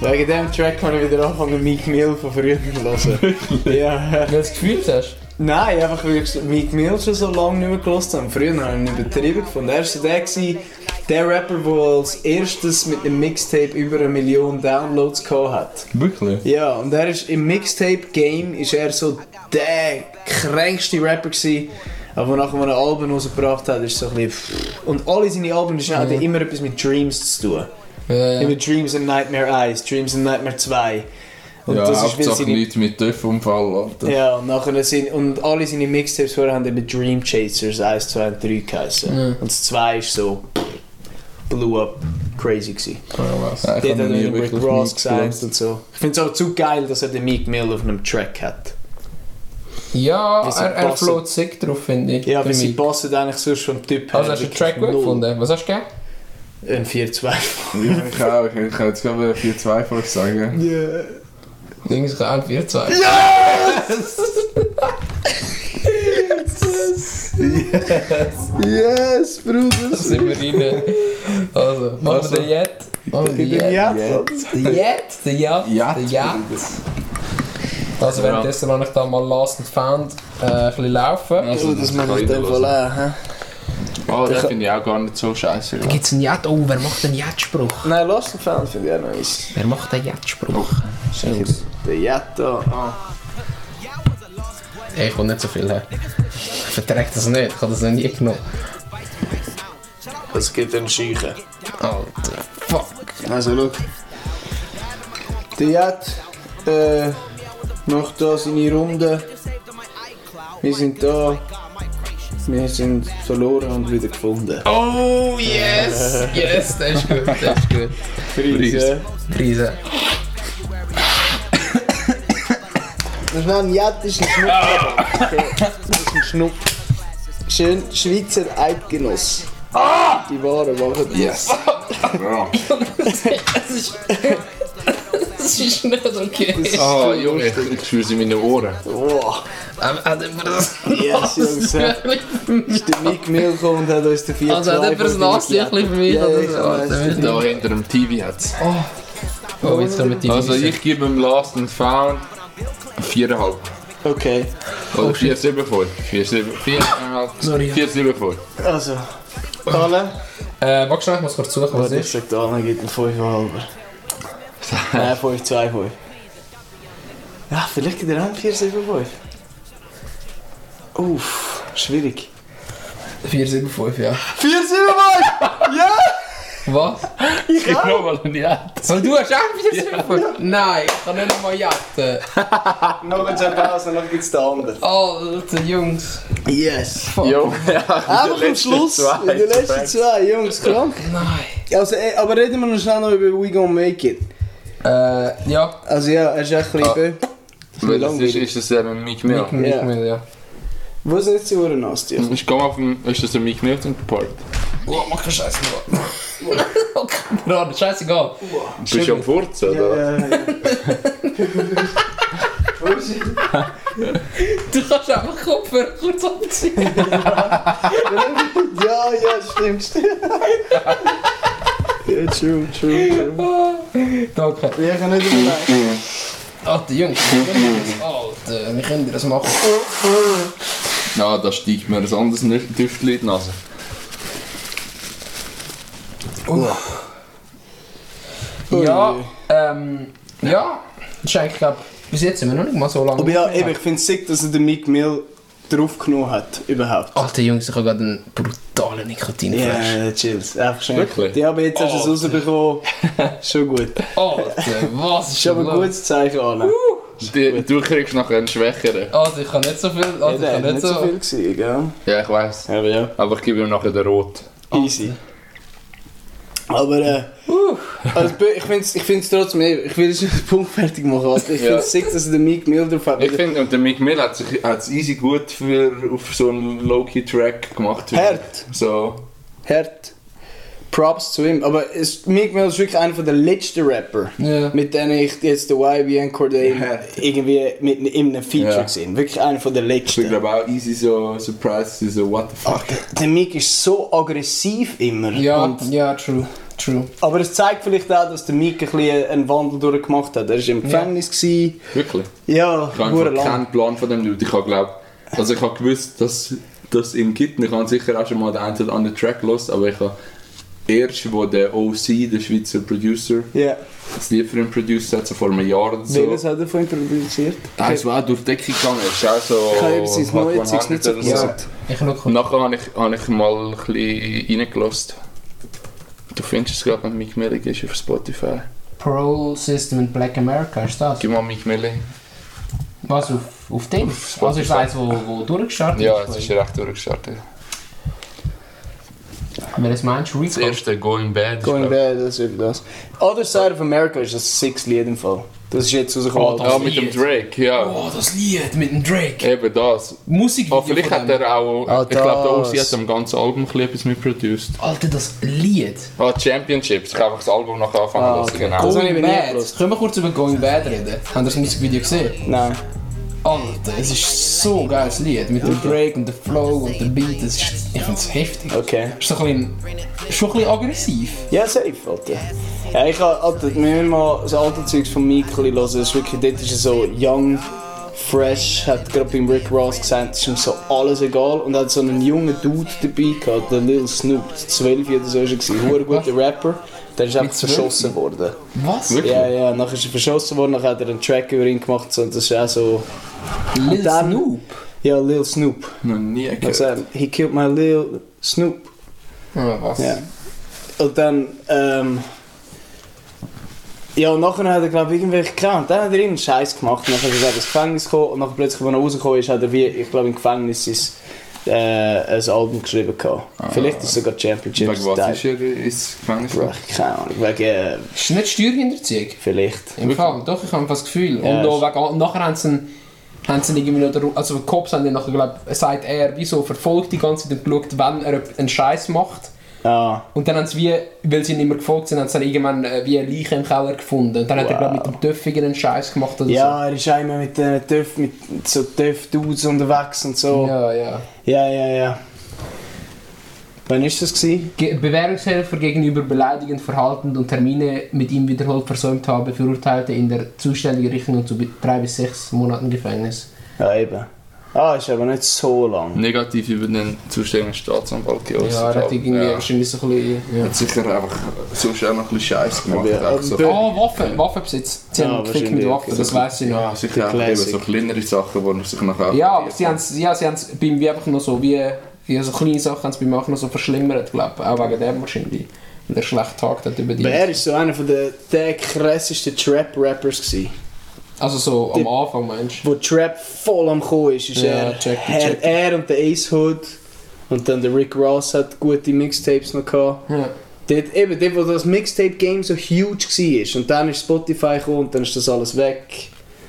Speaker 4: Wegen diesem Track kann ich wieder anfangen, Meek Mill von früher zu hören. ja.
Speaker 2: Weil du das Gefühl hast?
Speaker 4: Nein, einfach weil ich Meek Mill dus schon so lange nicht mehr gehört habe. Früher habe ich ihn übertrieben gefunden. Er war so der, gewesen, der Rapper, der als erstes mit einem Mixtape über eine Million Downloads gehabt hat.
Speaker 1: Wirklich?
Speaker 4: Ja, und er ist im Mixtape-Game ist er so der kränkste Rapper gewesen. Aber nachher, wenn er Alben rausgebracht hat, ist so ein bisschen... pff. Und alle seine Alben die hatten immer etwas mit Dreams zu tun.
Speaker 2: Äh,
Speaker 4: Immer Dreams and Nightmare 1, Dreams and Nightmare 2. Und
Speaker 1: ja,
Speaker 4: das ist weil
Speaker 1: Hauptsache
Speaker 4: seine...
Speaker 1: Leute mit Töpfunfall, Alter.
Speaker 4: Ja, und, nachher sind, und alle seine Mixtapes vorher haben eben Dream Chasers 1, 2 und 3 geheißen.
Speaker 2: Ja.
Speaker 4: Und das 2 ist so... Blew up. Crazy gewesen.
Speaker 2: was?
Speaker 1: Nein, ich habe
Speaker 4: Dort hat
Speaker 1: noch
Speaker 4: er
Speaker 1: nie
Speaker 4: Rick
Speaker 1: wirklich
Speaker 4: Ross
Speaker 1: Ross
Speaker 4: gesagt und so. Ich finde es auch zu geil, dass er den Meek Mill auf einem Track hat.
Speaker 2: Ja,
Speaker 4: Wie sie
Speaker 2: er, er
Speaker 4: passen.
Speaker 2: float sick drauf, finde ich.
Speaker 4: Ja,
Speaker 2: Für
Speaker 4: weil sie
Speaker 2: mich.
Speaker 4: passen eigentlich sonst vom Typ her
Speaker 2: Also hast du den
Speaker 4: wirklich
Speaker 2: Track gut
Speaker 4: null.
Speaker 2: gefunden? Was hast du gegeben?
Speaker 4: Ein 4-2.
Speaker 1: Ja, ich auch. Ich ich kann jetzt gerade 4 zweifach sagen.
Speaker 4: Yeah.
Speaker 2: Links rein, 4, 2.
Speaker 4: Yes, Bruder!
Speaker 2: sind wir rein. eh, Also, machen wir
Speaker 1: Also.
Speaker 2: den Jet. Machen wir den Jet. Der Jet, der Jet,
Speaker 1: Jet,
Speaker 2: der Jet. Also währenddessen lasse ich da mal Last and Found äh, ein bisschen laufen.
Speaker 4: Also, das mache ich dann wohl
Speaker 1: voll
Speaker 4: auch. hä?
Speaker 1: Oh, den finde ich auch gar nicht so scheiße.
Speaker 2: Da gibt es einen Jet. Oh, wer macht den Jet-Spruch?
Speaker 4: Nein, Lost and Found finde ich auch nice.
Speaker 2: Wer macht den Jet-Spruch?
Speaker 4: Stimmt. Der Jetta. Ah.
Speaker 2: Ey, ich will nicht so viel her. Ich verträge das nicht, ich habe das noch nie genommen.
Speaker 4: Das gibt einen Scheichen.
Speaker 2: Alter, fuck.
Speaker 4: Also, schau. Der Jet äh, macht da seine Runde. Wir sind da. Wir sind verloren und wieder gefunden.
Speaker 2: Oh, yes, yes, das ist gut, das ist gut.
Speaker 4: Ah, Preis,
Speaker 1: Preis.
Speaker 4: ja.
Speaker 2: Preise.
Speaker 4: Das ist noch ein Jet, das ist ein Schnupp. Okay, das ist ein Schnupp. Schön Schweizer Eidgenoss. Die Waren machen die.
Speaker 3: Yes.
Speaker 2: Das ist. Das ist nicht okay. Oh, Junge, ich spüre sie in meinen Ohren.
Speaker 4: Boah.
Speaker 2: Ähm, Hat jemand das.
Speaker 4: Yes, Jungs. ja. Ist der Mick Milko und hat uns den 4
Speaker 2: Also hat jemand ein Nachsichtchen für mich
Speaker 4: Ja,
Speaker 2: oder
Speaker 4: ich
Speaker 2: so?
Speaker 4: weiß
Speaker 2: Alter,
Speaker 4: es
Speaker 2: wir-
Speaker 4: nicht.
Speaker 2: Oh,
Speaker 1: Da hinter dem TV hat's.
Speaker 2: Oh, jetzt kommen die
Speaker 1: Also
Speaker 2: Weisen.
Speaker 1: ich gebe dem Last and Found 4,5.
Speaker 4: Okay.
Speaker 1: Oder 4,7 vor. 4,7
Speaker 2: Sorry.
Speaker 1: 4,5. 4,7 vor.
Speaker 4: Also. Alle?
Speaker 2: Äh, warte schnell, ich muss kurz suchen, was
Speaker 4: Warte,
Speaker 2: es
Speaker 4: ich
Speaker 2: ist.
Speaker 4: sag da, dann gibt ein 5,5. Nein, 5, 2, 5. Ja, vielleicht gibt er auch 4, 7, 5. Uff, schwierig.
Speaker 2: 475, ja.
Speaker 4: 4, 7, 5!
Speaker 2: Was?
Speaker 1: Ich glaube, was man hat.
Speaker 2: Soll du hast auch 475? Nein, ich kann nicht nochmal jatten. Oh,
Speaker 4: Noch ein Jabas und noch gibt's den anderen.
Speaker 2: Alter, Jungs.
Speaker 4: Yes.
Speaker 1: Jo,
Speaker 4: Einfach am Schluss, in den letzten zwei, Jungs, krank.
Speaker 2: Nein.
Speaker 4: Also, ey, aber eh, reden wir noch schnell noch über We Gonna Make It.
Speaker 2: Äh, ja.
Speaker 4: Also ja, er ist echt ein
Speaker 1: Ah.
Speaker 4: bisschen...
Speaker 1: Weil das ist, ist das eben Mick Mill.
Speaker 2: Mick, Mick,
Speaker 4: Ja.
Speaker 2: Mill, ja.
Speaker 4: Wo sind jetzt die Uhren, Nastia?
Speaker 1: Also, Ich komme auf den. Ist das der Mick Mill zum Part?
Speaker 2: Oh, mach keine Scheiße. Bro, scheißegal.
Speaker 1: Bist du am Furzen, oder?
Speaker 4: Ja, ja, ja.
Speaker 2: Du kannst einfach Kopfhörer kurz abziehen.
Speaker 4: Ja, ja, stimmt, stimmt. ja, true, true, true.
Speaker 2: Danke.
Speaker 4: Wir können nicht überlegen.
Speaker 2: Alter, Jungs. wir können das- Alter, wie könnt ihr das machen?
Speaker 1: Ja, da steigt mir ein anderes Nü- Düftchen in die Nase.
Speaker 2: Ja, ähm, ja. Das ist eigentlich, glaub, bis jetzt sind wir noch nicht mal so lange.
Speaker 4: Aber ja, eben, ich finde es sick, dass er den Mick Mill draufgenommen hat, überhaupt. Eh,
Speaker 2: Alter, Jungs, ich habe gerade einen brutalen
Speaker 4: Ja,
Speaker 2: Nikotinflash.
Speaker 4: yeah, chills. Einfach schön.
Speaker 1: Wirklich?
Speaker 4: Ja, aber jetzt hast du es rausbekommen. Schon gut.
Speaker 2: Alter, was ist
Speaker 4: Ist aber ein
Speaker 2: los?
Speaker 4: gutes Zeichen, Anna.
Speaker 1: Die, du kriegst nachher einen schwächeren.
Speaker 2: Alter, ich kann nicht so viel. Alter,
Speaker 4: Ja,
Speaker 2: ich
Speaker 4: der
Speaker 2: kann
Speaker 4: hat
Speaker 2: nicht,
Speaker 4: nicht
Speaker 2: so.
Speaker 4: so viel gesehen, gell?
Speaker 1: Ja, ich weiß.
Speaker 4: Aber ja,
Speaker 1: Aber ich gebe ihm nachher den Rot.
Speaker 4: easy. Aber äh, also, ich finde es ich find's trotzdem, ich will es nicht punktfertig machen. Alter. Ich
Speaker 1: Ja.
Speaker 4: finde es sick, dass er den Mick Mill drauf hat.
Speaker 1: Ich finde, und der Mick Mill hat sich hat's easy gut für auf so einen Low-Key-Track gemacht.
Speaker 4: Hart.
Speaker 1: So.
Speaker 4: Hart. Props zu ihm. Aber es, Meek Mill ist wirklich einer von der letzten Rapper,
Speaker 2: Ja.
Speaker 4: mit denen ich jetzt den YBN Cordae irgendwie mit in einem Feature
Speaker 1: Ja.
Speaker 4: gesehen. Wirklich einer von der
Speaker 1: Ich
Speaker 4: letzten.
Speaker 1: glaube auch easy so surprised, so what the fuck.
Speaker 4: Alter, der Meek ist so aggressiv immer.
Speaker 2: Ja,
Speaker 4: Und,
Speaker 2: ja, true, true.
Speaker 4: aber es zeigt vielleicht auch, dass der Meek ein bisschen einen Wandel durchgemacht hat. Er war im Gefängnis. gewesen.
Speaker 1: Wirklich?
Speaker 4: Ja,
Speaker 1: Ich habe
Speaker 4: hure
Speaker 1: einfach
Speaker 4: lang.
Speaker 1: keinen Plan von dem Dude. Ich habe glaub, also ich habe gewusst, dass das ihn gibt. und Ich habe sicher auch schon mal den einen oder anderen Track los, aber ich habe erst, wo der OC, der Schweizer Producer,
Speaker 4: Ja,
Speaker 1: das Lied für ihn produced hat, so vor einem Jahr oder so.
Speaker 4: welches hat er vorhin produziert?
Speaker 1: Er ist auch durch die Decke gegangen. Er ist auch so...
Speaker 4: Ich habe eben sein
Speaker 1: Hot
Speaker 4: neues Zeugs nicht so
Speaker 1: 100 oder
Speaker 4: gesagt.
Speaker 2: Ich schau kurz.
Speaker 1: Und nachher habe ich, habe ich mal ein bisschen reingelassen. Du findest es gerade, wenn Mick Millie gehst auf Spotify.
Speaker 2: Parole System in Black America, ist das?
Speaker 1: Gib mal Mick Millie.
Speaker 2: Was, auf, auf dem?
Speaker 1: Spotify.
Speaker 2: Also ist das eins, wo, wo durchgestartet
Speaker 1: Ja,
Speaker 2: ist?
Speaker 1: jetzt ist er recht durchgestartet.
Speaker 2: Wenn das meinst,
Speaker 1: Das
Speaker 2: Rico.
Speaker 1: erste Going Bad ist,
Speaker 4: Going
Speaker 1: glaub
Speaker 4: Bad, das ist eben das. Other Side of America ist das sechste Lied im Fall. Das ist jetzt rausgekommen.
Speaker 2: Oh,
Speaker 1: ich.
Speaker 2: das-
Speaker 1: Ja, mit dem Drake, ja.
Speaker 2: Oh, das Lied mit dem Drake.
Speaker 1: Eben das.
Speaker 2: Musikvideo
Speaker 1: Oh, vielleicht
Speaker 2: von
Speaker 1: hat
Speaker 2: dem.
Speaker 1: er auch.
Speaker 4: Ah,
Speaker 1: ich glaube, der Ossi
Speaker 4: das.
Speaker 1: hat am ganzen Album ein bisschen etwas mitproduced.
Speaker 2: Alter, das Lied.
Speaker 1: Ah, Championships. Ich kann einfach das Album nachher anfangen
Speaker 4: Ah,
Speaker 1: lassen.
Speaker 4: okay.
Speaker 1: Genau.
Speaker 4: Cool. Das habe ich
Speaker 2: Going
Speaker 4: eben nie
Speaker 2: Bad.
Speaker 4: gehört.
Speaker 2: Können wir kurz über Going Bad reden? Habt ihr das Musikvideo gesehen?
Speaker 4: Nein.
Speaker 2: Alter, es ist so ein geiles Lied mit dem Break und dem Flow und dem Beat. Das ist, ich finde es heftig.
Speaker 4: Okay.
Speaker 2: Ist doch ein bisschen, schon ein bisschen aggressiv.
Speaker 4: Ja, safe, Alter. Ja, ich habe altijd, wir müssen mal das alte Zeugs von Michael hören. Das ist Dus wirklich, dort ist er so young, fresh, hat gerade beim Rick Ross gesagt, ist ihm so alles egal. Und hat so einen jungen Dude dabei gehabt, der Lil Snoop, 12 oder so ist er gewesen, ein guter Rapper. Der ist einfach
Speaker 2: 12?
Speaker 4: verschossen worden.
Speaker 2: Was?
Speaker 1: Wirklich?
Speaker 4: Ja, ja, nachher ist er verschossen worden, nachher hat er einen Track über ihn gemacht und das ist auch so...
Speaker 2: Lil
Speaker 4: dann-
Speaker 2: Snoop?
Speaker 4: dus Ja, Lil Snoop.
Speaker 1: Noch nie
Speaker 4: Dat
Speaker 1: gehört.
Speaker 4: zei, he killed my little Snoop.
Speaker 2: Ja, was?
Speaker 4: Ja. Und dann, ähm, ja, und nachher hat er, glaube ich, irgendwelche gekriegt. Und dann hat er irgendeinen Scheiß gemacht. Und nachher ist er ins Gefängnis gekommen. Und nachher plötzlich, als er rausgekommen ist, hat er, wie, ich glaube, im Gefängnis ist, äh, ein Album geschrieben gehabt. Vielleicht ist es sogar Championships.
Speaker 1: Ah, Wegen was ist
Speaker 4: Teil.
Speaker 1: er ins Gefängnis? gekommen?
Speaker 4: Vielleicht, Keine Ahnung. Wegen, äh,
Speaker 2: Ist nicht Steuerhinterziehung?
Speaker 4: vielleicht.
Speaker 2: Im Fall, doch, ich habe das Gefühl.
Speaker 4: Ja,
Speaker 2: und
Speaker 4: ist-
Speaker 2: auch wegen, nachher haben sie einen haben sie ihn irgendwie noch, darum- also die Cops haben ihn nachher, glaub, sagt er, wie so verfolgt die ganze Zeit und geschaut, wenn er einen Scheiß macht.
Speaker 4: Ah.
Speaker 2: Und dann haben sie wie, weil sie ihn nicht mehr gefolgt sind, haben sie dann irgendwann äh, wie eine Leiche im Keller gefunden. Und dann hat er glaub, mit dem Töffigen einen Scheiß gemacht
Speaker 1: Also.
Speaker 2: oder
Speaker 4: Ja, er ist einmal mit den Töff, mit so Töff-Dudes unterwegs und
Speaker 2: so.
Speaker 4: so. Ja.
Speaker 2: Ja, ja.
Speaker 4: ja, ja, Wann ist das gewesen?
Speaker 2: Ge Bewährungshelfer gegenüber beleidigend Verhalten und Termine mit ihm wiederholt versäumt habe, verurteilte in der zuständigen Richtung zu be- drei bis sechs Monaten Gefängnis.
Speaker 4: Ja, eben. Ah, ist aber nicht so lang.
Speaker 1: Negativ über den zuständigen Staatsanwalt geäußert.
Speaker 2: Ja, er hat
Speaker 1: aber,
Speaker 2: irgendwie
Speaker 1: ja.
Speaker 2: wahrscheinlich so ein bisschen... Ja.
Speaker 1: Hat sicher einfach sonst auch noch ein bisschen Scheiß gemacht.
Speaker 4: Ja,
Speaker 1: Einfach so,
Speaker 4: aber-
Speaker 2: Oh, Waffen, Waffenbesitz. Sie
Speaker 4: Ja,
Speaker 2: haben gefickt mit
Speaker 4: wahrscheinlich.
Speaker 2: Waffen, das weiß ich noch.
Speaker 1: ja, sicher auch eben
Speaker 4: Classic.
Speaker 1: so kleinere Sachen, die er sich nachher.
Speaker 2: Ja, aber sie haben es ja, sie haben's bei mir einfach noch so wie, wie so kleine Sachen haben sie bei mir auch noch so verschlimmert, glaube ich. Auch wegen dem wahrscheinlich. Weil er schlecht getagt hat über die.
Speaker 4: Aber er ist so einer von den, der krassesten Trap-Rappers gewesen.
Speaker 2: Also so am Anfang, meinst du?
Speaker 4: Wo Trap voll am Kommen ist, ist
Speaker 2: Ja,
Speaker 4: er,
Speaker 2: check,
Speaker 4: er,
Speaker 2: check.
Speaker 4: er und der Ace Hood. Und dann der Rick Ross hat gute Mixtapes noch gehabt.
Speaker 2: Ja.
Speaker 4: Dort, eben, dort, wo das Mixtape-Game so huge war. Und dann ist Spotify gekommen und dann ist das dus alles weg.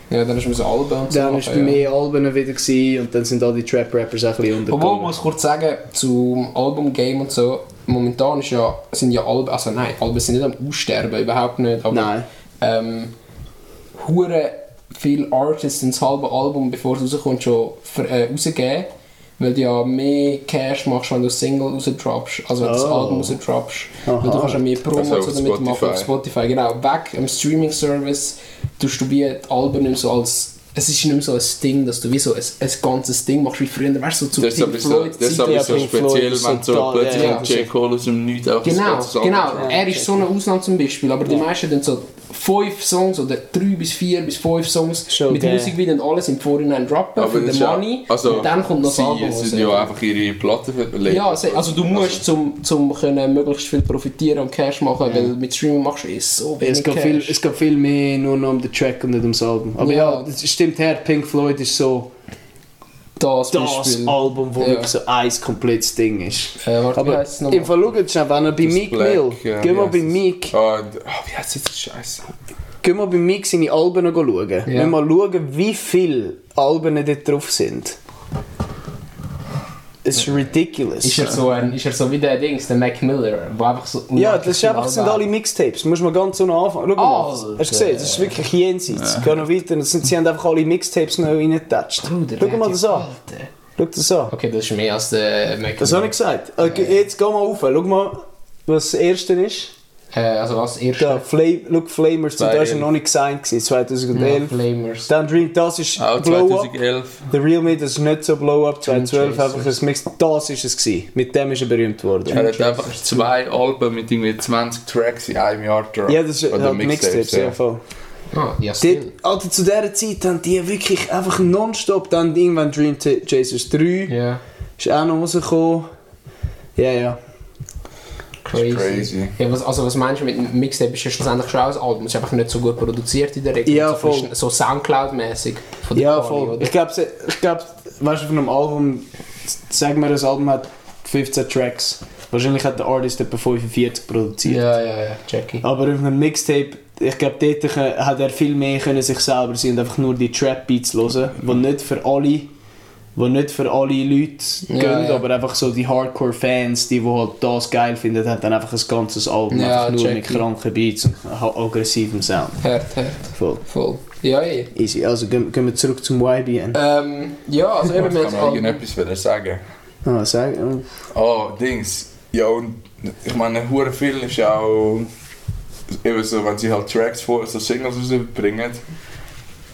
Speaker 2: ja, dann ist mir so Alben und so.
Speaker 4: Dann ist
Speaker 2: nachher,
Speaker 4: bei
Speaker 2: ja.
Speaker 4: mir Alben wieder gewesen, und dann sind all die Trap-Rappers auch ein bisschen
Speaker 2: Obwohl, ich
Speaker 4: untergegangen.
Speaker 2: muss kurz sagen, zum Album-Game und so, momentan ist ja, sind ja Alben, also nein, Alben sind nicht am Aussterben, überhaupt nicht, aber
Speaker 4: Nein.
Speaker 2: ähm, hure viele Artists sind das halbe Album, bevor es rauskommt, schon ver, äh, rausgeben, weil du ja mehr Cash machst, wenn du Single rausdroppst, also wenn du das
Speaker 4: Oh.
Speaker 2: Album rausdroppst, weil du
Speaker 4: Aha.
Speaker 2: kannst ja mehr Promos
Speaker 1: Also auf
Speaker 2: damit machen auf
Speaker 1: Spotify.
Speaker 2: Spotify, genau, weg im Streaming-Service, tust du wie die Alben nicht mehr so als es ist nicht mehr so ein Ding, dass du wie so ein, ein ganzes Ding machst, wie früher, weißt du, so zu
Speaker 1: Das ist aber so, das ist aber
Speaker 4: Ja,
Speaker 1: so
Speaker 4: Pink Floyd
Speaker 1: speziell,
Speaker 4: ist
Speaker 1: wenn so
Speaker 4: total,
Speaker 1: plötzlich
Speaker 2: ja.
Speaker 1: ein J. Cole aus dem Nichts einfach
Speaker 2: Genau,
Speaker 1: das ganze Album
Speaker 2: genau.
Speaker 1: droppt.
Speaker 2: Er ist so eine Ausnahme zum Beispiel, aber die meisten dann so fünf Songs oder drei bis vier bis fünf Songs
Speaker 4: Schon
Speaker 2: mit
Speaker 4: geil.
Speaker 2: Musikvideo und alles im Vorhinein droppen für
Speaker 1: das
Speaker 2: den
Speaker 1: ist ja-
Speaker 2: Money
Speaker 1: also,
Speaker 2: und dann kommt noch das
Speaker 1: sie
Speaker 2: Album raus.
Speaker 1: sind ja einfach ihre Platten verlegt.
Speaker 2: Ja, se- also du musst, zum, zum können möglichst viel profitieren und Cash machen, weil mit Streaming machst du eh so wenig
Speaker 4: Es geht,
Speaker 2: Cash.
Speaker 4: viel, es geht viel mehr nur noch um den Track und nicht ums Album. Aber ja,
Speaker 2: Ja.
Speaker 4: das stimmt her, Pink Floyd ist so
Speaker 2: das
Speaker 4: das
Speaker 2: Beispiel.
Speaker 4: Album, wo
Speaker 2: Ja.
Speaker 4: wirklich so ein komplettes Ding ist.
Speaker 2: Äh, warte, wie
Speaker 4: Aber
Speaker 2: heisst es nochmal?
Speaker 4: im Fall schaut schnell, wenn er bei
Speaker 1: Das
Speaker 4: Meek
Speaker 1: Black,
Speaker 4: Mill,
Speaker 1: ja,
Speaker 4: geh mal
Speaker 1: wie
Speaker 4: bei
Speaker 1: heisst es?
Speaker 4: Meek,
Speaker 1: Ah, d- ah, wie heißt jetzt Scheiße?
Speaker 4: geh mal bei Meek seine Alben noch schauen. Wir mal schauen, wie viele Alben dort drauf sind. Es ist ridiculous.
Speaker 2: Ist er, so ein, ist er so wie der Dings, der Mac Miller, wo einfach so...
Speaker 4: Ja, das ist einfach, das sind
Speaker 2: Album-
Speaker 4: alle Mixtapes. Muss man ganz ohne
Speaker 2: Oh,
Speaker 4: anfangen. Schau mal, hast du
Speaker 2: Alter.
Speaker 4: gesehen? Das ist wirklich jenseits. Geh noch weiter. Das sind, sie haben einfach alle Mixtapes nou noch reingetatscht.
Speaker 2: Bruder,
Speaker 4: Schau mal
Speaker 2: der
Speaker 4: das
Speaker 2: hat
Speaker 4: an.
Speaker 2: die- Alter.
Speaker 4: Schau das an.
Speaker 2: Okay, das ist mehr als der Mac
Speaker 4: Das habe ich gesagt. Okay, jetzt geh mal auf. Schau mal, was das erste ist.
Speaker 2: Äh, also was erste?
Speaker 4: Da, Flame, schau, Flamers, das war noch nicht gesigned, gewesen, 2011.
Speaker 2: Flamers.
Speaker 4: Dann Dream, das ist
Speaker 1: Auch
Speaker 4: Blow Up.
Speaker 1: 2011.
Speaker 4: The Real Me, das ist nicht so Blow Up. 2012
Speaker 2: Jesus.
Speaker 4: einfach ein Mix. Das ist es gewesen. Mit dem ist er berühmt worden.
Speaker 1: Er hat einfach zwei Alben mit irgendwie 20 Tracks in einem Jahr drauf.
Speaker 4: Ja, das ist halt Mixtapes, ja voll.
Speaker 2: Ah, ja,
Speaker 4: Dort,
Speaker 2: still.
Speaker 4: Alter, zu dieser Zeit haben die wirklich einfach nonstop dann irgendwann Dream T- Chasers 3
Speaker 2: Ja,
Speaker 4: ist auch noch rausgekommen. Ja, ja.
Speaker 2: crazy.
Speaker 1: Crazy.
Speaker 2: Ja, was, also was meinst du mit einem Mixtape? Ist ja schlussendlich schon auch ein Album. Es ist einfach nicht so gut produziert in der Regel.
Speaker 4: Ja,
Speaker 2: so frisch-
Speaker 4: voll.
Speaker 2: So Soundcloud-mäßig. von der
Speaker 4: Ja,
Speaker 2: Quali,
Speaker 4: voll.
Speaker 2: oder?
Speaker 4: Ich glaube, ich glaub, weißt du, von einem Album, sag mal, das Album hat 15 Tracks. Wahrscheinlich hat der Artist etwa 45 produziert.
Speaker 2: Ja, ja, ja, Jackie.
Speaker 4: Aber auf einem Mixtape, ich glaube, dort kö- hat er viel mehr können sich selber sein und einfach nur die Trap-Beats hören, die nicht für alle, die nicht für alle Leute
Speaker 2: Ja,
Speaker 4: gehen,
Speaker 2: ja.
Speaker 4: aber einfach so die Hardcore-Fans, die, die halt das geil finden, hat dann einfach ein ganzes Album,
Speaker 2: Ja,
Speaker 4: einfach nur mit
Speaker 2: check ich.
Speaker 4: kranken Beats und ha- aggressivem Sound.
Speaker 2: Hört, hört.
Speaker 4: Voll.
Speaker 2: Voll. Ja, eh.
Speaker 4: Easy. Also gehen, gehen wir zurück zum YBN.
Speaker 2: Ähm, ja, also
Speaker 1: Ich
Speaker 2: eben wir
Speaker 1: kann
Speaker 2: haben
Speaker 1: noch
Speaker 2: Album.
Speaker 1: irgendetwas wollen sagen.
Speaker 4: Ah, sag, ähm,
Speaker 1: Oh, Dings. Ja, und ich meine, hure viel ist auch eben so, wenn sie halt Tracks vor, so Singles rausbringen,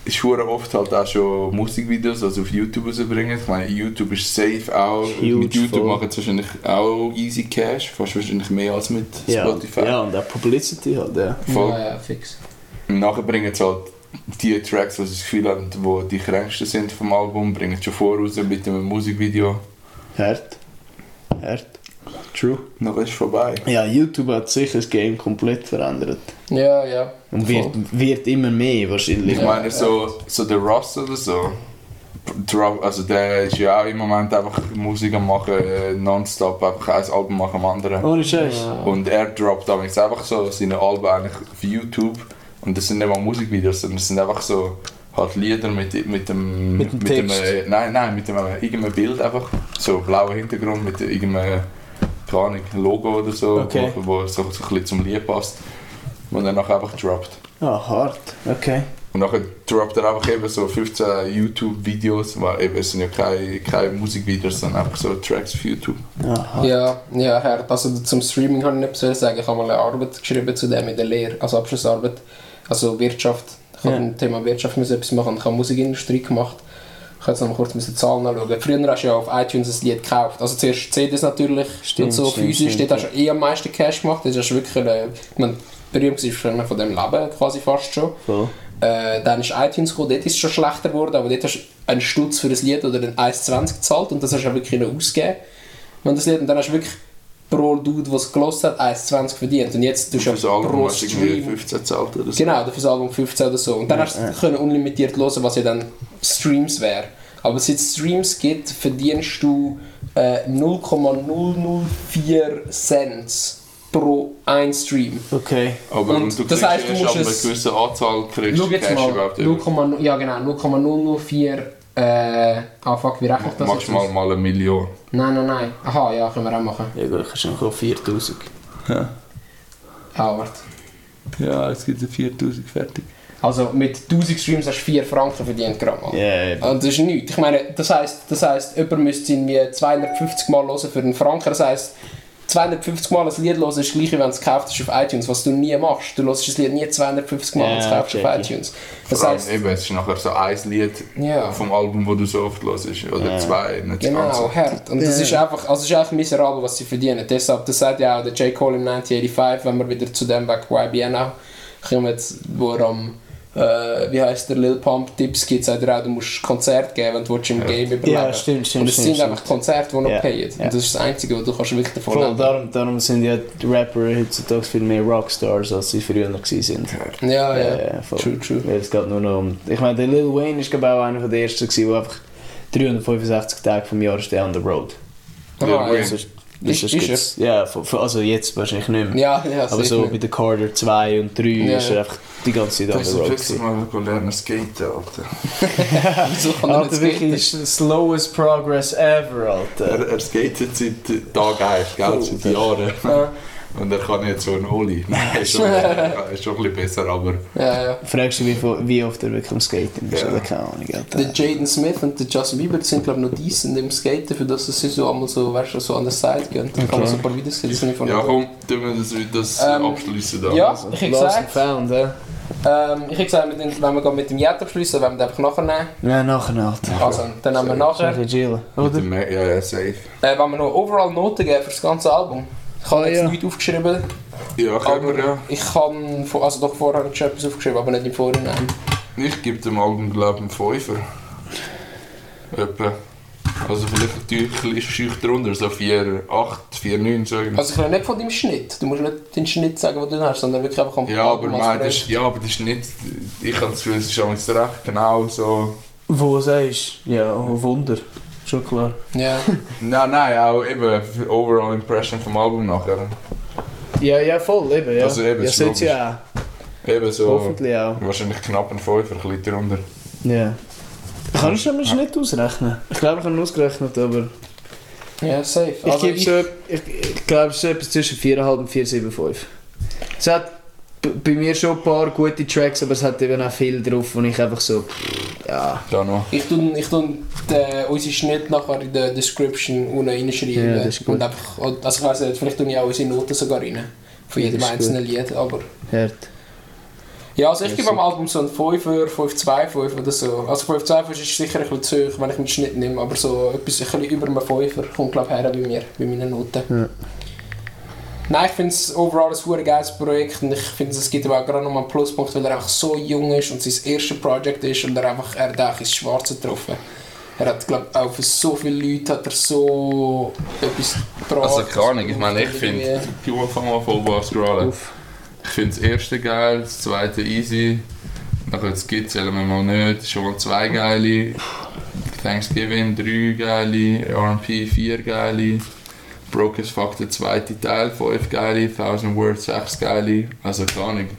Speaker 1: ist hure oft halt auch schon Musikvideos, also auf YouTube rausbringen. Ich meine, YouTube ist safe auch.
Speaker 4: Huge,
Speaker 1: mit YouTube
Speaker 4: voll.
Speaker 1: machen sie wahrscheinlich auch easy Cash, fast wahrscheinlich mehr als mit
Speaker 4: ja,
Speaker 1: Spotify.
Speaker 4: ja, und auch Publicity halt, ja.
Speaker 1: Voll.
Speaker 2: Ja, ja, fix.
Speaker 1: Und nachher bringen sie halt die Tracks, die sie das Gefühl haben, wo die kränksten sind vom Album, bringen sie schon voraus mit einem Musikvideo.
Speaker 4: Hart. Hart. True.
Speaker 1: Nachher ist es vorbei.
Speaker 4: Ja, YouTube hat sicher das Game komplett verändert.
Speaker 2: Ja, ja.
Speaker 4: Und wird, wird immer mehr wahrscheinlich.
Speaker 1: Ich meine, so, so der Ross oder so, Dro- also der ist ja auch im Moment einfach Musik am machen, äh, nonstop, einfach ein Album machen am
Speaker 3: Oh.
Speaker 1: anderen.
Speaker 4: Ohne Scheiß.
Speaker 1: Und er droppt damals einfach so seine Alben eigentlich auf YouTube und das sind nicht mal Musikvideos, sondern das sind einfach so halt Lieder mit, mit dem.
Speaker 3: Mit dem Text.
Speaker 1: äh, nein, nein, mit dem, äh, irgendeinem Bild einfach. So blauer Hintergrund mit irgendeinem, äh, keine Ahnung, Logo oder so,
Speaker 3: Okay.
Speaker 1: wo, wo so, so ein bisschen zum Lied passt. Und dann nachher einfach droppt.
Speaker 3: Ah, hart. Okay.
Speaker 1: Und nachher droppt er einfach eben so 15 YouTube-Videos, weil eben es sind ja keine, keine Musikvideos, sondern einfach so Tracks für YouTube.
Speaker 3: Aha.
Speaker 2: Ja, ja, hart. Also zum Streaming kann ich nicht so sagen. Ich habe mal eine Arbeit geschrieben zu dem in der Lehre, also Abschlussarbeit. Also Wirtschaft. Ich habe
Speaker 3: Ja.
Speaker 2: im Thema Wirtschaft müssen etwas machen. Ich habe Musikindustrie gemacht. Ich habe jetzt noch mal kurz die Zahlen anschauen. Früher hast du ja auf iTunes ein Lied gekauft. Also zuerst CDs natürlich
Speaker 3: Stimmt,
Speaker 2: und so
Speaker 3: stimmt,
Speaker 2: physisch.
Speaker 3: stimmt,
Speaker 2: dort hast du eh am meisten Cash gemacht. Das ist wirklich, äh, man berühmt war schon von dem Leben quasi fast schon.
Speaker 3: Voll.
Speaker 2: Äh, dann ist iTunes gekommen, dort ist es schon schlechter geworden, aber dort hast du einen Stutz für ein Lied oder einen 1,20 gezahlt und das hast du auch wirklich noch ausgegeben. Wenn das Lied, und dann hast du wirklich pro Dude, der es gelost hat, 1,20 verdient. Und jetzt tust du
Speaker 1: Für das
Speaker 2: ja
Speaker 1: Album
Speaker 2: pro
Speaker 1: hast du irgendwie
Speaker 2: Stream.
Speaker 1: 15 zahlt oder so.
Speaker 2: Genau, für das Album 15 oder so. Und dann hast du können unlimitiert hören, was ja dann Streams wäre. Aber seit es Streams gibt, verdienst du äh, 0,004 Cent pro ein Stream.
Speaker 3: Okay.
Speaker 1: Aber
Speaker 2: Und
Speaker 1: und du
Speaker 2: das
Speaker 1: kriegst
Speaker 2: heisst, du
Speaker 1: erst
Speaker 2: musst
Speaker 1: ab einer
Speaker 2: es-
Speaker 1: gewissen Anzahl kriegst
Speaker 2: Schau
Speaker 1: du
Speaker 2: jetzt
Speaker 1: Cash
Speaker 2: mal,
Speaker 1: überhaupt über.
Speaker 2: 0,0 ja genau, 0,004, äh, ah fuck, wie rechne ich das jetzt
Speaker 1: Maximal
Speaker 2: aus?
Speaker 1: mal eine Million.
Speaker 2: Nein, nein, nein, aha, ja, können wir auch machen.
Speaker 5: Ja gut, kannst du noch auf 4000.
Speaker 2: Ah, warte.
Speaker 6: Ja, es gibt 4000 fertig.
Speaker 2: Also mit 1000 Streams hast du 4 Franken verdient gerade mal.
Speaker 3: Yeah.
Speaker 2: Und das ist nichts. Ich meine, das heisst, das heisst jemand müsste ihn wie 250 Mal hören für einen Franken. Das heisst, 250 Mal ein Lied hören ist das gleiche, wenn du es gekauft hast auf iTunes, was du nie machst. Du hörst das Lied nie 250 Mal, wenn du es
Speaker 3: Ja,
Speaker 2: kaufst auf
Speaker 3: check ich.
Speaker 2: iTunes.
Speaker 1: Das
Speaker 2: Das heisst,
Speaker 1: eben, es ist nachher so ein Lied
Speaker 2: Ja.
Speaker 1: vom Album, wo du so oft hörst. Oder zwei, nicht
Speaker 2: Genau,
Speaker 1: ganz.
Speaker 2: hart. Und das
Speaker 3: Ja.
Speaker 2: ist einfach, also es ist einfach miserabel, was sie verdienen. Deshalb, das sagt ja auch der J. Cole im 1985, wenn wir wieder zu dem weg YBN auch kommen, jetzt, wo er am, äh, wie heißt der, Lil Pump Tipps gibt, sagt er auch, du musst Konzerte geben, wenn du willst im Game überleben
Speaker 3: Ja, stimmt, stimmt,
Speaker 2: Und es
Speaker 3: stimmt,
Speaker 2: sind
Speaker 3: stimmt.
Speaker 2: einfach Konzerte, die noch
Speaker 3: Ja,
Speaker 2: payen.
Speaker 3: ja.
Speaker 2: Und das ist das Einzige, was du kannst wirklich davon
Speaker 3: Voll,
Speaker 2: leben
Speaker 3: darum, darum sind ja die Rapper heutzutage viel mehr Rockstars, als sie früher noch gewesen sind.
Speaker 2: Ja, ja.
Speaker 3: Ja, voll.
Speaker 2: True, true.
Speaker 3: Weil es geht nur noch um... Ich meine, der Lil Wayne ist glaub ich, auch einer von der ersten, gewesen, der einfach 365 Tage vom Jahr ist der on the road.
Speaker 2: Aha, ja.
Speaker 3: Das ist,
Speaker 2: Ist- ist
Speaker 3: gibt's- Ja, von- von- also jetzt wahrscheinlich nicht mehr.
Speaker 2: Ja, ja,
Speaker 3: Aber so
Speaker 2: sicher.
Speaker 3: bei der Carter 2 und 3
Speaker 2: Ja,
Speaker 3: ist
Speaker 2: ja.
Speaker 3: er einfach die ganze Zeit on
Speaker 1: Das
Speaker 3: the road.
Speaker 1: ist ein
Speaker 3: gewesen.
Speaker 1: mal wir lernen skaten, Alter.
Speaker 2: Wieso kann er nicht
Speaker 3: Alter,
Speaker 2: skaten?
Speaker 3: wirklich ist the slowest progress ever, Alter.
Speaker 1: Er, er skatet seit Tag 1, gell? Seit Jahren.
Speaker 2: Ja,
Speaker 1: Und er kann jetzt so einen Oli. Nein, ist schon, ist schon ein bisschen besser, aber
Speaker 2: ja, ja.
Speaker 3: Fragst du, wie, viel- wie oft er wirklich am Skaten dus ist?
Speaker 1: Ja.
Speaker 3: Oder keine Ahnung, Alter.
Speaker 2: Der Jaden Smith und der Justin Bieber sind glaube ich noch decent im Skaten, für das sie so einmal so, weißt du, so an der Seite gehen. Da kann man so ein paar Videos sehen, die sind von
Speaker 1: ja komm, tun wir das, das
Speaker 2: Ähm,
Speaker 1: abschließen da.
Speaker 2: Ja, ich hätte
Speaker 3: Lost and
Speaker 2: gesagt,
Speaker 3: found, hä?
Speaker 2: ähm, ich hätte gesagt, mit den, wenn wir gerade mit dem Jet abschließen, werden wir den einfach nachher nehmen.
Speaker 3: Ja, nachher, Alter.
Speaker 2: Also, dann nehmen wir nachher.
Speaker 3: Nachher chillen.
Speaker 1: Mit dem, ja, ja, safe.
Speaker 2: Äh, wenn wir noch overall Noten geben für das ganze Album. Ich habe
Speaker 3: Ah,
Speaker 2: jetzt
Speaker 3: ja.
Speaker 2: nichts aufgeschrieben,
Speaker 1: Ja, können wir, ja.
Speaker 2: ich habe, vor- also doch vorher habe ich schon etwas aufgeschrieben, aber nicht im Vorhinein.
Speaker 1: Ich gebe dem Album, glaube ich, einen Fünfer. Etwa. Also vielleicht natürlich ein bisschen schüch drunter, so 4, 8, 4, 9, so irgendwie.
Speaker 2: Also ich rede nicht von deinem Schnitt, du musst nicht den Schnitt sagen, den du hast, sondern wirklich einfach am
Speaker 1: Ja, aber
Speaker 2: Album als
Speaker 1: nein, das,
Speaker 2: Projekt.
Speaker 1: ist- ja, aber das ist nicht... Ich habe das Gefühl, es ist alles recht genau so...
Speaker 3: Wo sagst du? Ja, oh, Wunder. Schon klar.
Speaker 2: Ja,
Speaker 1: Nein, nein, auch eben die Overall Impression vom Album nachher.
Speaker 3: Ja, ja, voll, eben, ja.
Speaker 1: Also eben,
Speaker 3: ja,
Speaker 1: ist
Speaker 3: sollte ja
Speaker 1: Eben
Speaker 3: auch.
Speaker 1: so...
Speaker 3: Hoffentlich auch.
Speaker 1: Wahrscheinlich knapp ein Fünfer, ein bisschen drunter.
Speaker 3: Ja. Kannst du mir das nicht ausrechnen? Ich glaube, ich habe ihn ausgerechnet, aber...
Speaker 2: ja safe.
Speaker 3: Ich
Speaker 2: Also
Speaker 3: gebe so... Ich, ich glaube, es ist etwas zwischen 4,5 und 4,75. Es hat b- bei mir schon ein paar gute Tracks, aber es hat eben auch viel drauf, wo ich einfach so... Ja...
Speaker 1: Da noch.
Speaker 2: Ich tue, ich tue den, unseren Schnitt nachher in der Description unten reinschreiben.
Speaker 3: Ja, das ist gut.
Speaker 2: und einfach, also ich weiß nicht, vielleicht tue ich auch unsere Noten sogar rein. Von
Speaker 3: Ja,
Speaker 2: jedem
Speaker 3: das ist
Speaker 2: einzelnen Lied, aber...
Speaker 3: Hört.
Speaker 2: Ja, also ich
Speaker 3: Ja,
Speaker 2: gebe am Album so einen 5er, 5,25 oder so. Also 5,25 ist sicher ein bisschen zu hoch, wenn ich meinen Schnitt nehme, aber so etwas ein bisschen über einem 5er kommt glaube ich her bei mir, bei meinen Noten.
Speaker 3: Ja.
Speaker 2: Nein, ich finde es overall ein super geiles Projekt und ich finde es gibt aber auch gerade nochmal einen Pluspunkt, weil er einfach so jung ist und sein erstes Projekt ist und er einfach, er hat einfach ins Schwarze getroffen. Er hat glaube ich auch für so viele Leute hat er so etwas gebracht.
Speaker 1: Also keine Ahnung, ich meine, ich finde...
Speaker 2: Irgendwie.
Speaker 1: Du fang mal voll an zu scrollen. Ich finde das erste geil, das zweite easy. Nachher das Git zählen wir mal nicht. Schon mal zwei geile. Thanksgiving drei geile. RP vier geile. Broke as fuck der zweite Teil, fünf geile. Thousand Words sechs geile. Also keine Ahnung.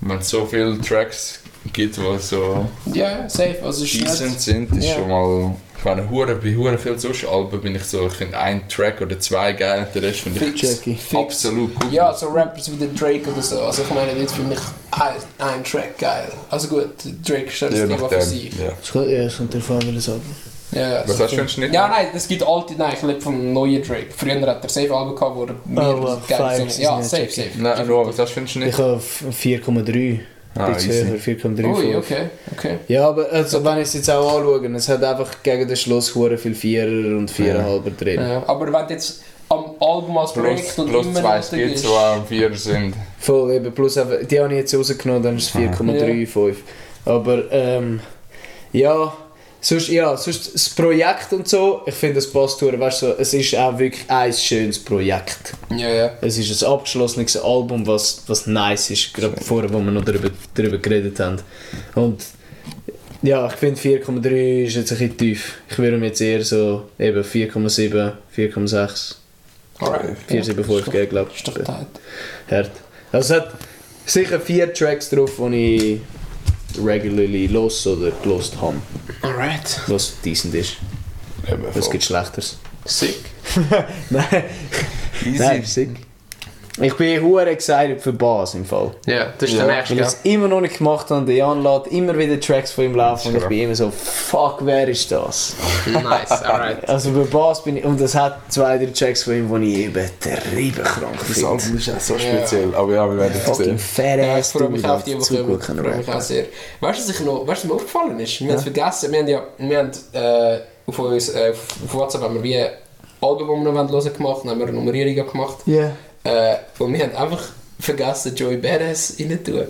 Speaker 1: Wenn du so viele Tracks
Speaker 7: gibt, die so
Speaker 2: Ja, safe. Also es ist
Speaker 7: schießend
Speaker 2: nicht-
Speaker 7: sind, ist
Speaker 2: Ja.
Speaker 7: schon mal... Ich meine, hure, bei hure viel sonst Alben bin ich so, ich finde einen Track oder zwei geil und den Rest finde ich
Speaker 3: Jackie.
Speaker 7: absolut gut.
Speaker 2: Ja, so Rappers wie der Drake oder so. Also ich meine, jetzt finde ich ein, ein Track geil. Also gut, Drake ist das
Speaker 7: Ja,
Speaker 2: Thema für
Speaker 7: nachdem,
Speaker 2: sich.
Speaker 7: ja.
Speaker 3: Es kommt- Ja, es kommt drauf an, wie das Album.
Speaker 2: Ja, ja,
Speaker 7: Was hast du
Speaker 2: so
Speaker 7: für
Speaker 2: viel-
Speaker 7: einen Schnitt?
Speaker 2: Ja, nein, es gibt alte, nein, ich lebe vom neuen Drake. Früher hat er safe Alben gehabt, wo er
Speaker 3: Ah, wow,
Speaker 2: geile
Speaker 3: five,
Speaker 2: Songs- Ja,
Speaker 3: ist
Speaker 2: safe,
Speaker 3: nicht
Speaker 2: safe.
Speaker 7: Nein, nur, was hast du für einen Schnitt?
Speaker 3: Ich habe 4,3.
Speaker 7: Ah,
Speaker 3: Bisschen
Speaker 7: easy.
Speaker 3: höher, 4,3
Speaker 2: Ui,
Speaker 3: vor.
Speaker 2: okay, okay.
Speaker 3: Ja, aber also, wenn ich es jetzt auch anschaue, es hat einfach gegen den Schluss hure viel dus Vierer und Viererhalber drin.
Speaker 2: Ja, aber wenn du jetzt am Album als
Speaker 7: Plus,
Speaker 2: Projekt und
Speaker 7: plus
Speaker 2: immer
Speaker 7: zwei
Speaker 2: noch
Speaker 7: Skits,
Speaker 2: ist-
Speaker 7: die auch vier sind.
Speaker 3: Voll eben, plus einfach, die habe ich jetzt rausgenommen, dann ist es 4,35. Aber ähm, ja, sonst, ja, sonst das Projekt und so, ich finde das passt durch, weißt du, so, es ist auch wirklich ein schönes Projekt.
Speaker 2: Ja, ja.
Speaker 3: Es ist ein abgeschlossenes Album, was, was nice ist, gerade vorher, wo wir noch darüber, darüber geredet haben. Und ja, ich finde 4,3 ist jetzt ein bisschen tief. Ich würde ihm jetzt eher so eben 4,7, 4,6,
Speaker 2: Alright.
Speaker 3: 4,75 geben, glaube
Speaker 2: Ist doch tight.
Speaker 3: Hart. Also es hat sicher vier Tracks drauf, die ich regularly los oder gelost habe.
Speaker 2: Alright.
Speaker 3: Was decent ist. Es gibt Schlechteres.
Speaker 2: Sick.
Speaker 3: Nein, nein, sick. Ich bin hure excited für Bas im Fall.
Speaker 2: Ja, das ist der nächste,
Speaker 3: Weil ich
Speaker 2: ja.
Speaker 3: es immer noch nicht gemacht habe, der Jan lädt immer wieder Tracks von ihm laufen und ich bin immer so, fuck, wer ist das?
Speaker 2: Nice, alright.
Speaker 3: Also bei Bas bin ich, und es hat zwei, drei Tracks von ihm, die ich übertrieben krank
Speaker 7: Das
Speaker 3: finde.
Speaker 7: Album ist auch so speziell, aber ja, wir werden es
Speaker 3: Fucking
Speaker 7: sehen.
Speaker 3: fat
Speaker 2: Ja, ich
Speaker 3: ass
Speaker 2: freue mich
Speaker 3: Dude,
Speaker 2: auf die, die
Speaker 3: der zu
Speaker 2: kommen.
Speaker 3: gut
Speaker 2: Ich
Speaker 3: kann
Speaker 2: freue mich
Speaker 3: rappen.
Speaker 2: auch sehr. Weißt du, was, ich noch, weißt, du, was mir aufgefallen ist? Wir haben es vergessen. Wir haben ja wir haben, äh, auf, uns, äh, auf WhatsApp haben wir wie ein Album, das wir noch hören wollen, gemacht Dann haben wir eine Nummerierung gemacht.
Speaker 3: Ja.
Speaker 2: Äh, und wir haben einfach vergessen, Joey Badass rein zu tun.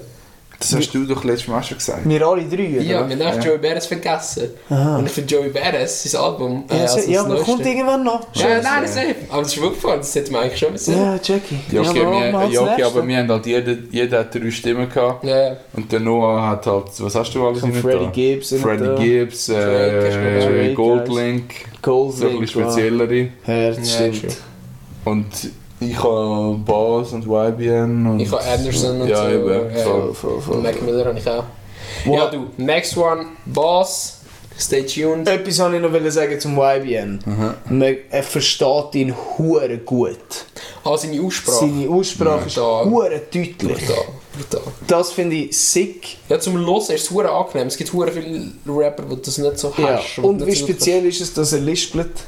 Speaker 7: Das hast du doch letztes Mal schon gesagt.
Speaker 3: Wir alle drei, oder?
Speaker 2: Ja, wir haben einfach Joey Badass vergessen. Und ich finde Joey Badass, sein Album, äh,
Speaker 3: Ah. Ja, also
Speaker 2: als
Speaker 3: so, ja
Speaker 2: das
Speaker 3: aber kommt
Speaker 2: Neueste.
Speaker 3: irgendwann noch.
Speaker 2: Ja, nou, nein, das ist Aber das ist mir aufgefallen, das hätte man eigentlich schon wissen.
Speaker 3: Ja, Jackie.
Speaker 7: Ja, okay,
Speaker 3: warum
Speaker 7: wir,
Speaker 3: als
Speaker 7: ja, okay
Speaker 3: Nächstes?
Speaker 7: aber wir haben halt jeder, jeder hat drei Stimmen gehabt.
Speaker 2: Ja, ja.
Speaker 7: Und der Noah hat halt, was hast du alles
Speaker 3: Von
Speaker 7: rein
Speaker 3: Freddie
Speaker 7: da?
Speaker 3: Gibbs rein da.
Speaker 7: Freddie Gibbs,
Speaker 2: Drake
Speaker 7: äh,
Speaker 3: hast du noch.
Speaker 7: Goldlink, so ein
Speaker 3: Goldwing.
Speaker 7: bisschen speziellere.
Speaker 3: Ja,
Speaker 2: Ja,
Speaker 3: das stimmt.
Speaker 2: true.
Speaker 7: Und ich habe Bass und YBN und...
Speaker 2: Ich habe Anderson und
Speaker 7: ja,
Speaker 2: so.
Speaker 7: Eben,
Speaker 2: Ja.
Speaker 7: voll.
Speaker 3: Voll, voll,
Speaker 2: Und
Speaker 3: voll.
Speaker 2: Mac Miller habe ich auch. Ja, du, next one, Boss, stay tuned.
Speaker 3: Etwas wollte ich noch wollen sagen zum YBN. Man, er versteht ihn hure gut.
Speaker 2: Ah, seine Aussprache.
Speaker 3: Seine Aussprache ist
Speaker 2: Brutal.
Speaker 3: hure deutlich.
Speaker 2: Brutal, brutal.
Speaker 3: Das finde ich sick.
Speaker 2: Ja, zum Hören ist es hure angenehm. Es gibt hure viele Rapper, die das nicht so
Speaker 3: Ja.
Speaker 2: hast.
Speaker 3: Und wie
Speaker 2: nicht so gut
Speaker 3: speziell ist es, dass er lispelt?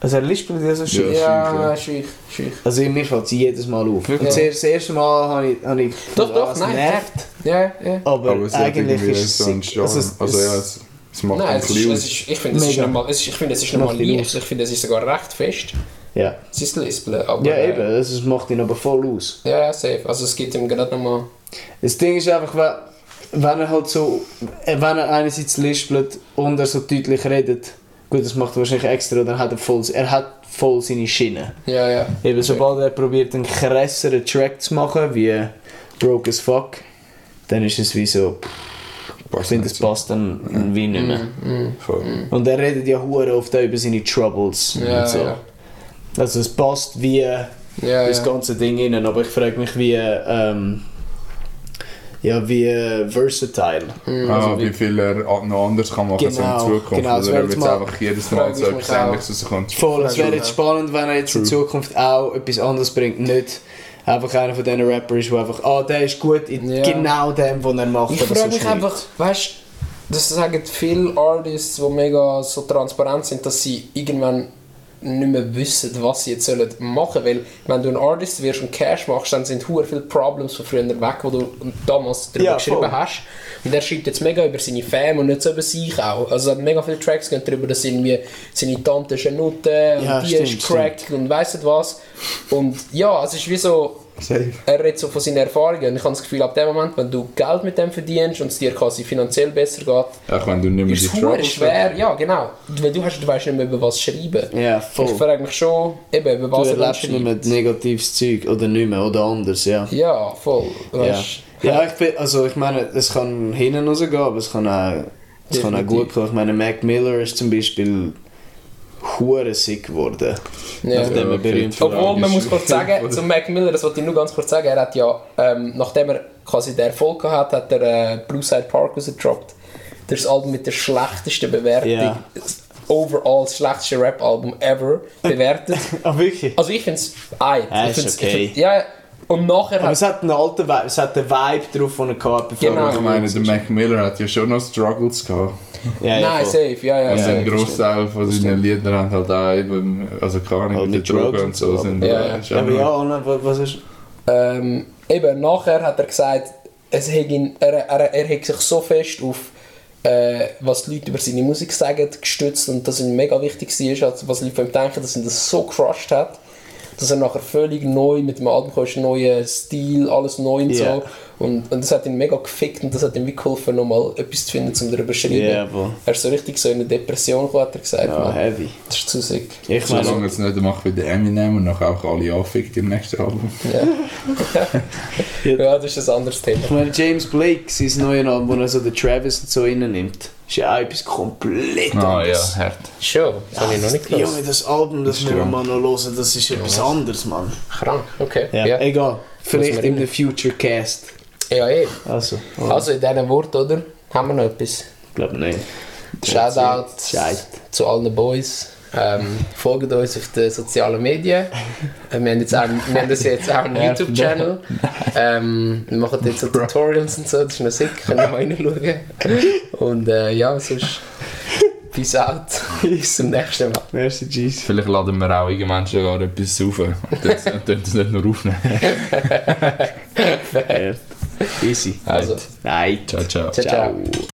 Speaker 3: Also er lispelt ja so
Speaker 2: kannst.
Speaker 3: schön.
Speaker 2: Ja, schüch, schüch.
Speaker 3: Also mir fällt es jedes Mal auf. Und das erste- das erste Mal habe ich... Habe ich
Speaker 2: Doch, doch,
Speaker 3: es
Speaker 2: nein.
Speaker 3: nervt.
Speaker 2: Ja, ja.
Speaker 3: Aber,
Speaker 1: Oh,
Speaker 7: Aber es hat
Speaker 3: eigentlich
Speaker 7: irgendwie
Speaker 3: ist es
Speaker 7: so ein
Speaker 3: sick.
Speaker 7: Genre. Also, ja, es, es macht
Speaker 2: Nein,
Speaker 7: einen
Speaker 2: es ist, es
Speaker 7: Clues.
Speaker 2: ist, ich finde, es ist
Speaker 3: Mega.
Speaker 2: nicht mal, es ist, ich finde, es ist nicht
Speaker 3: Macht
Speaker 2: mal
Speaker 3: ihn
Speaker 2: leicht. Ich finde, es ist sogar recht fest.
Speaker 3: ja.
Speaker 2: Es ist Lispeln, aber...
Speaker 3: Ja, Dus
Speaker 2: äh,
Speaker 3: eben, das ist- macht ihn aber voll aus.
Speaker 2: Ja, ja, safe. Also es gibt ihm gerade nochmal...
Speaker 3: Das Dus Ding ist einfach, we- wenn er halt so, äh, wenn er einerseits lispelt und er so deutlich redet, gut, das macht er wahrscheinlich extra, dann hat er voll, er hat voll seine Schiene.
Speaker 2: Ja, ja.
Speaker 3: Eben, sobald er probiert, einen krasseren Track zu machen, wie eh, Broke as Fuck, dann ist es wie so, ich
Speaker 7: Passt
Speaker 3: finde,
Speaker 7: nicht
Speaker 3: es Mhm.
Speaker 7: so.
Speaker 3: passt dann wie nicht mehr.
Speaker 2: Mm,
Speaker 7: Voll.
Speaker 3: Und er redet ja hure oft auch über seine Troubles
Speaker 2: Ja,
Speaker 3: und so.
Speaker 2: ja.
Speaker 3: Also es passt dus wie... eh,
Speaker 2: Ja,
Speaker 3: das
Speaker 2: ja.
Speaker 3: ganze Ding rein. Aber ich frage mich, wie. Ähm, ja, wie äh, versatile.
Speaker 2: Mm.
Speaker 1: Also,
Speaker 2: Also,
Speaker 7: ah, wie viel er a- noch anders kann machen
Speaker 3: Genau,
Speaker 7: so in Zukunft.
Speaker 3: genau, das
Speaker 7: Oder
Speaker 3: wäre
Speaker 7: ob
Speaker 3: jetzt
Speaker 7: jetzt
Speaker 3: mal-
Speaker 7: einfach jedes Mal
Speaker 2: Frage
Speaker 7: so
Speaker 2: ich
Speaker 7: etwas
Speaker 2: mich auch.
Speaker 7: anderes rauskommt.
Speaker 3: Voll, es wäre jetzt
Speaker 2: ja.
Speaker 3: spannend, wenn er jetzt in Zukunft auch etwas anderes bringt. Nicht einfach einer von diesen Rappern ist, der einfach, ah, der ist gut in
Speaker 2: Ja.
Speaker 3: genau dem, was er macht.
Speaker 2: Ich
Speaker 3: aber
Speaker 2: frage
Speaker 3: sonst
Speaker 2: mich
Speaker 3: nicht.
Speaker 2: einfach, weißt du, das sagen viele Artists, die mega so transparent sind, dass sie irgendwann nicht mehr wissen, was sie jetzt sollen machen Weil wenn du ein Artist wirst und Cash machst, dann sind hure viele Problems von früher weg, die du damals darüber
Speaker 3: Ja,
Speaker 2: geschrieben
Speaker 3: voll.
Speaker 2: hast. Und er schreibt jetzt mega über seine Fam und nicht so über sich auch. Also es hat mega viele Tracks gehen darüber, dass irgendwie seine Tante ist eine Nutte und
Speaker 3: Ja,
Speaker 2: die
Speaker 3: stimmt,
Speaker 2: ist Crack und weiss nicht was. Und ja, es ist wie so... Er redet so von seinen Erfahrungen und ich habe das Gefühl, ab dem Moment, wenn du Geld mit dem verdienst und es dir quasi finanziell besser geht,
Speaker 7: Auch wenn du nicht mehr
Speaker 2: ist
Speaker 7: die
Speaker 2: es verdammt
Speaker 7: Troubles hast.
Speaker 2: schwer. Ja, genau. Weil du, hast, du weißt nicht mehr, über was schreiben.
Speaker 3: Ja,
Speaker 2: Ich
Speaker 3: voll.
Speaker 2: frage mich schon, eben, über
Speaker 3: Du
Speaker 2: was er
Speaker 3: erlebst nicht mehr
Speaker 2: schreibt.
Speaker 3: negatives Zeug oder nicht mehr oder anders, ja.
Speaker 2: Ja, voll.
Speaker 3: Ja,
Speaker 2: Weißt,
Speaker 3: ja ich, bin, also ich meine, es kann hinten eh, rausgehen, aber es kann auch, es kann auch
Speaker 2: Definitiv.
Speaker 3: gut gehen. Ich meine, Mac Miller ist zum Beispiel hure eh, sick geworden.
Speaker 2: Ja.
Speaker 3: Nachdem er berühmt wurde.
Speaker 2: Obwohl, man muss kurz sagen, zum Mac Miller, das wollte ich nur ganz kurz sagen, er hat ja, ähm, nachdem er quasi den Erfolg gehabt hat, hat er äh, Blue Side Park rausgedroppt. Das ist das Album mit der schlechtesten Bewertung.
Speaker 3: Ja.
Speaker 2: Overall das schlechteste Rap-Album ever bewertet.
Speaker 3: Ah, wirklich?
Speaker 2: Also ich finde es ein.
Speaker 3: Ja,
Speaker 2: ich find's-
Speaker 3: ist okay.
Speaker 2: Ich find, ja, und nachher
Speaker 3: Aber
Speaker 2: hat
Speaker 3: es hat einen alten Vibe, es hat den Vibe drauf, den er gehabt hat, bevor
Speaker 2: Genau.
Speaker 3: er
Speaker 7: Ich meine, der Mac Miller hat ja schon noch Struggles gehabt.
Speaker 3: Ja, ja,
Speaker 2: Nein,
Speaker 3: voll.
Speaker 2: safe, ja, ja.
Speaker 7: Also
Speaker 2: safe.
Speaker 7: ein Großteil von seinen Liedern haben halt auch eben, also keine Ahnung,
Speaker 3: Halt
Speaker 7: mit
Speaker 3: mit
Speaker 7: der Drogen
Speaker 3: Drugs
Speaker 7: und so. Sind
Speaker 2: Ja, ja.
Speaker 7: schon
Speaker 3: Ja, aber
Speaker 7: noch-
Speaker 3: ja, Anna, wa- was ist...
Speaker 2: Ähm, eben, nachher hat er gesagt, es hat ihn, er, er, er hat sich so fest auf äh, was die Leute über seine Musik sagen gestützt und das ihm mega wichtig war, also was die Leute von ihm denken, dass ihn das so crushed hat, dass er nachher völlig neu mit dem Album kam, ist ein neuer Stil, alles neu und
Speaker 3: Ja.
Speaker 2: so. Und, und das hat ihn mega gefickt und das hat ihm wie geholfen, nochmal etwas zu finden, um darüber zu schreiben.
Speaker 3: Ja, voll.
Speaker 2: Er ist so richtig so in eine Depression gekommen, hat er gesagt.
Speaker 3: Ja,
Speaker 2: man.
Speaker 3: heavy.
Speaker 2: Das ist zu sick.
Speaker 3: Ich meine,
Speaker 7: Solange es nicht macht wie der Eminem und nachher auch alle anfickt im nächsten Album.
Speaker 2: Ja, das ist ein anderes Thema.
Speaker 3: Ich meine, James Blake, sein neues Album, wo er so den Travis und so reinnimmt, ist ja auch etwas komplett
Speaker 1: Ah,
Speaker 2: Oh,
Speaker 3: anderes.
Speaker 7: hart.
Speaker 2: Schon, das habe ich noch nicht gehört.
Speaker 3: Junge, das Album, das müssen wir mal noch hören, das ist etwas anderes, Mann.
Speaker 2: Krank, okay.
Speaker 3: Ja.
Speaker 2: Ja.
Speaker 3: Egal, vielleicht
Speaker 2: man
Speaker 3: in der Future Cast.
Speaker 2: Ja, eh.
Speaker 3: Also, oh,
Speaker 2: Also in diesen Worten, oder? Haben wir noch etwas?
Speaker 3: ich glaube nicht.
Speaker 2: Shoutout
Speaker 3: Scheit.
Speaker 2: zu allen Boys. Ähm, folgt uns auf den sozialen Medien. Äh, Wir haben, jetzt auch, wir haben das jetzt auch einen YouTube-Channel. Ähm, wir machen jetzt so Tutorials und so, das ist noch sick, können wir mal reinschauen. Und äh, ja, sonst. Peace out. Bis zum nächsten Mal.
Speaker 3: Merci, Jeez.
Speaker 7: Vielleicht laden wir auch irgendwann sogar etwas rauf. Und dann dürfen es nicht nur aufnehmen.
Speaker 3: Easy.
Speaker 2: Also,
Speaker 3: Nein.
Speaker 7: Ciao, ciao.
Speaker 2: ciao. ciao.
Speaker 3: Ciao.